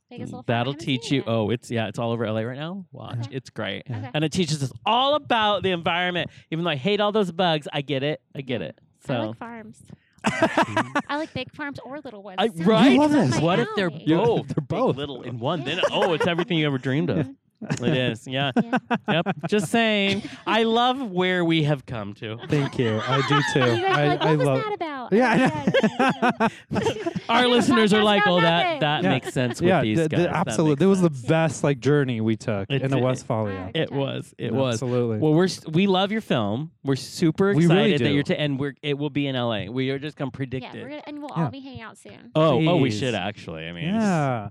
S6: biggest little farm. I
S4: That'll
S6: haven't
S4: teach
S6: seen
S4: you.
S6: it.
S4: Oh, it's yeah, it's all over LA right now. Watch,
S5: Uh-huh.
S6: Okay.
S4: it's great,
S6: Okay.
S4: and it teaches us all about the environment. Even though I hate all those bugs, I get it. I get it. So
S6: I like farms. I like big farms or little ones.
S4: I- right?
S5: You love
S6: That's
S5: this.
S6: my
S4: What if they're
S6: alley.
S5: Yeah,
S4: both?
S5: they're
S4: big,
S5: both.
S4: little in one. Then
S6: Yeah.
S4: oh, it's everything you ever dreamed of. It is. Yeah.
S6: Yeah.
S4: Yep. Just saying. I love where we have come to.
S5: Thank you. I do too.
S6: And you guys
S5: I,
S6: are like, what
S5: I
S6: was
S5: love.
S6: that about?
S5: Yeah, I
S6: I
S5: know.
S4: Our listeners are
S6: podcast
S4: like,
S6: about
S4: "Oh,
S6: nothing."
S4: that that
S5: Yeah.
S4: makes sense with
S5: yeah,
S4: these
S5: the,
S4: guys."
S5: the,
S4: That makes
S5: absolutely. That was the
S4: sense.
S5: best like journey we took
S4: It
S5: in a
S4: did.
S5: Westphalia.
S4: It was. It
S5: No,
S4: was.
S5: absolutely.
S4: Well, we're s we love your film. We're super
S5: We
S4: excited
S5: really
S4: that
S5: do.
S4: you're to and we're it will be in LA. We are just gonna predict
S6: yeah,
S4: it.
S6: we're gonna, and we'll
S5: Yeah.
S6: all be hanging out soon.
S4: oh, oh, we
S5: Please.
S4: should actually. I mean,
S5: yeah,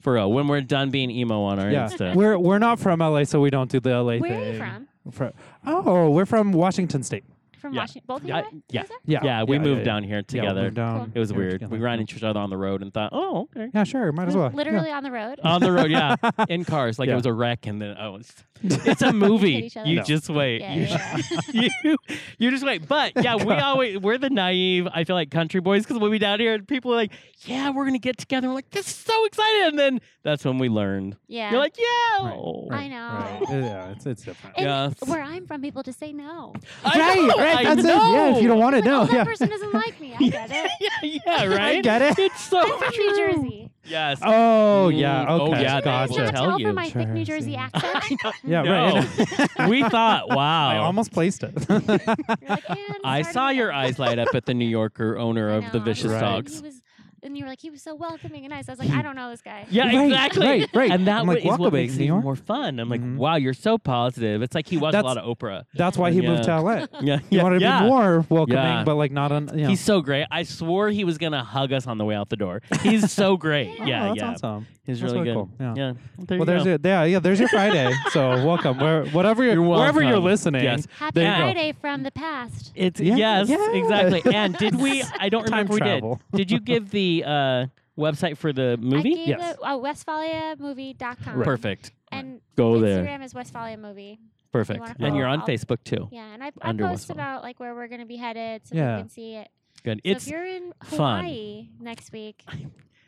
S4: for real. When we're done being emo on our
S5: yeah.
S4: Insta,
S5: We're we're not from LA, so we don't do the LA
S6: Where
S5: thing.
S6: are you from?
S5: Fro- oh, we're from Washington State.
S6: From
S4: Yeah.
S6: Washington, both of you.
S4: Yeah,
S6: guys?
S4: yeah.
S6: Is that-
S5: Yeah,
S4: yeah, we
S5: yeah,
S4: moved
S5: yeah.
S4: down here
S5: Yeah, we
S4: together.
S5: moved down
S6: Cool.
S4: It was
S5: here
S4: weird.
S5: together.
S4: We ran into each other on the road and thought, oh, okay.
S5: Yeah, sure. Might as
S6: Li-
S5: well.
S6: Literally on the road.
S4: on the road, yeah, in cars, like it
S5: Yeah.
S4: was a wreck, and then oh, it's, it's a movie.
S6: each other.
S4: You
S5: No.
S4: just wait.
S6: yeah,
S4: you,
S6: yeah, yeah.
S4: you you just wait. But yeah, we always we're the naive. I feel like country boys because we'll be down here and people are like, yeah, we're gonna get together. We're like, this is so excited, and then that's when we learned.
S6: yeah.
S4: You're like, yeah,
S5: Right,
S4: oh."
S6: right. I know.
S5: Right. Yeah, it's it's different.
S6: And
S4: Yes.
S6: Where I'm from, people just say no.
S4: I
S5: right,
S4: know,
S5: right.
S4: I
S5: That's it. Yeah, if you
S4: know.
S5: don't want to
S6: Like,
S5: know,
S6: oh, that
S5: yeah.
S6: person doesn't like me. I get it.
S4: yeah, yeah, right.
S5: I get it.
S4: It's so
S6: I'm from New
S4: true.
S6: Jersey.
S4: Yes.
S5: Oh yeah.
S4: Mm, oh,
S5: Okay.
S4: yeah,
S6: Can
S4: Gotcha.
S6: you not
S5: Gotcha.
S4: Tell
S6: tell
S4: you.
S6: from my thick New
S5: Jersey.
S6: Jersey accent?
S5: Yeah. Right.
S4: No. we thought, wow.
S5: I almost placed it.
S6: You're like, "And
S4: I
S6: sorry
S4: saw
S6: about
S4: your
S6: that."
S4: eyes light up at the New Yorker owner
S6: I
S4: of
S6: know, I
S4: the
S6: was
S4: Vicious
S6: like,
S5: Right.
S4: Dogs.
S6: He was, and you were like, he was so welcoming and nice. I was like, I don't know this guy.
S4: Yeah,
S5: Right,
S4: exactly.
S5: right, right.
S4: And that
S5: I'm like,
S4: wa- is what
S5: Walkaway,
S4: makes it
S5: New
S4: even
S5: York.
S4: more fun. I'm like,
S5: Mhm.
S4: wow, you're so positive. It's like he watched a
S5: That's-
S4: lot of Oprah.
S5: That's why he moved
S4: Yeah.
S5: to LA.
S4: Yeah,
S5: He
S4: yeah,
S5: wanted to
S4: yeah.
S5: be more welcoming,
S4: Yeah.
S5: but like not on. You know.
S4: He's so great. I swore he was gonna hug us on the way out the door. He's so great.
S5: Oh,
S4: yeah,
S5: that's
S4: yeah.
S5: awesome.
S4: He's
S5: That's
S4: really,
S5: really
S4: good.
S5: cool. Yeah.
S4: yeah. There
S5: well,
S4: you
S5: there's
S4: go.
S5: your yeah yeah. There's your Friday. so welcome where whatever you're,
S4: You're
S5: wherever you're
S4: welcome.
S5: listening.
S4: Yes.
S6: Happy
S5: There you go.
S6: Friday from the past.
S4: It's
S5: Yeah,
S4: yes,
S5: yeah.
S4: exactly. And did we? I don't
S5: Time
S4: remember. if
S5: travel.
S4: We did. Did you give the uh, website for the
S6: I
S4: movie?
S6: gave
S5: Yes.
S6: it oh, westphaliamovie.com.
S4: Perfect.
S6: And
S4: Go
S6: Instagram
S4: there.
S6: is Westphalia Movie.
S4: Perfect.
S6: wanna
S4: and
S6: follow
S4: you're on
S6: up?
S4: Facebook too.
S6: Yeah, and I, I
S4: Under
S6: post
S4: Westphalia.
S6: about like where we're going to be headed so
S5: Yeah.
S6: people can see it.
S4: Good.
S6: So
S4: it's
S6: if you're in
S4: fun.
S6: Hawaii next week,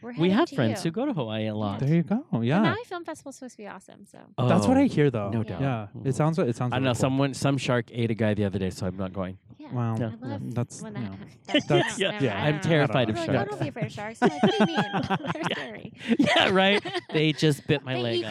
S6: we're
S4: we
S6: headed
S4: have
S6: to
S4: friends
S6: you.
S4: who go to Hawaii a lot.
S5: There you go.
S6: The
S5: Yeah.
S6: Maui Film Festival is supposed to be awesome. So
S5: That's what
S4: Oh.
S5: I hear though.
S4: No
S6: doubt.
S5: Yeah. It sounds. It sounds.
S4: I don't
S5: really
S4: know.
S5: cool.
S4: Someone, some shark ate a guy the other day, so I'm not going.
S6: yeah,
S5: Wow.
S6: I
S4: Yeah.
S6: love
S5: Yeah. That's-
S6: when that
S5: yeah.
S6: happens.
S5: That's-
S6: Never mind,
S5: yeah.
S6: I
S4: I'm
S6: don't know.
S4: terrified of
S6: People are
S4: sharks.
S6: Like, oh, don't be afraid of sharks. I'm like, what do you mean? They're scary.
S4: yeah, right. They just bit my
S6: They
S4: leg
S6: eat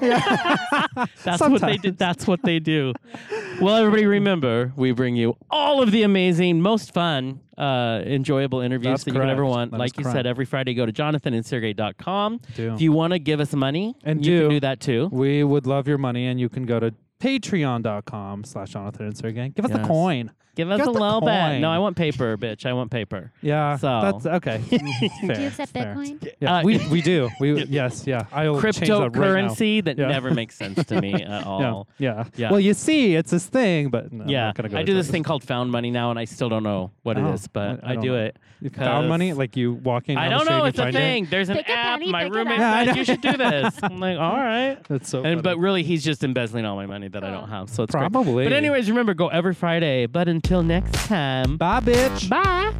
S6: people.
S4: That's what they
S5: Sometimes.
S4: did. That's what they do. Well, everybody, remember we bring you all of the amazing, most fun, uh, enjoyable interviews
S5: That's
S4: that you could ever
S5: correct.
S4: want.
S5: That
S4: like
S5: is
S4: you said,
S5: correct.
S4: every Friday, go to jonathanandsergey.com.
S5: Do.
S4: If you want to give us money,
S5: And
S4: you can
S5: do.
S4: do that too.
S5: We would love your money, and you can go to patreon.com slash Jonathan and Sir Gang. Give us the
S4: Yes.
S5: coin.
S4: Give us
S5: Got
S4: a
S5: the
S4: little bit.
S5: coin.
S4: No, I want paper, bitch. I want paper.
S5: Yeah.
S4: So-
S5: That's okay.
S6: Do you
S5: Fair,
S6: accept
S5: fair.
S6: Bitcoin?
S5: Yeah,
S4: Uh,
S5: we, we do. We yes, yeah. I'll change that right now.
S4: Cryptocurrency that
S5: Yeah.
S4: never makes sense to me at all.
S5: Yeah, yeah.
S4: Yeah.
S5: Well, you see, it's this thing, but no, I'm
S4: Yeah,
S5: not gonna go
S4: I
S5: into
S4: do
S5: it.
S4: this thing called found money now, and I still don't know what
S5: Oh,
S4: it is, but
S5: I- I
S4: I,
S5: don't
S4: do
S5: know.
S4: it.
S5: You found money,
S4: 'cause-
S5: like you walking.
S4: I
S5: down
S4: don't
S5: the street
S4: know.
S5: and
S4: It's
S5: you
S4: a
S5: find it?
S4: thing. There's an
S6: Pick a
S4: app.
S6: penny,
S4: My
S6: pick it
S4: roommate's
S5: up. Yeah, I
S4: like,
S5: know.
S4: you should do this. I'm like, all right.
S5: That's so.
S4: And, but
S5: funny.
S4: really, he's just embezzling all my money that I
S6: Oh.
S4: don't have. So it's great.
S5: probably.
S4: But anyways, remember, go every Friday. But until next time.
S5: bye, bitch.
S6: Bye.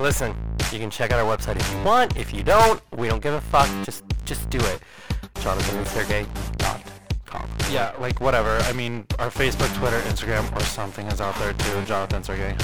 S2: Listen, you can check out our website if you want. If you don't, we don't give a fuck. Just just do it. Jonathan and Sergey dot com. Yeah, like whatever. I mean, our Facebook, Twitter, Instagram, or something is out there too. Jonathan Sergey.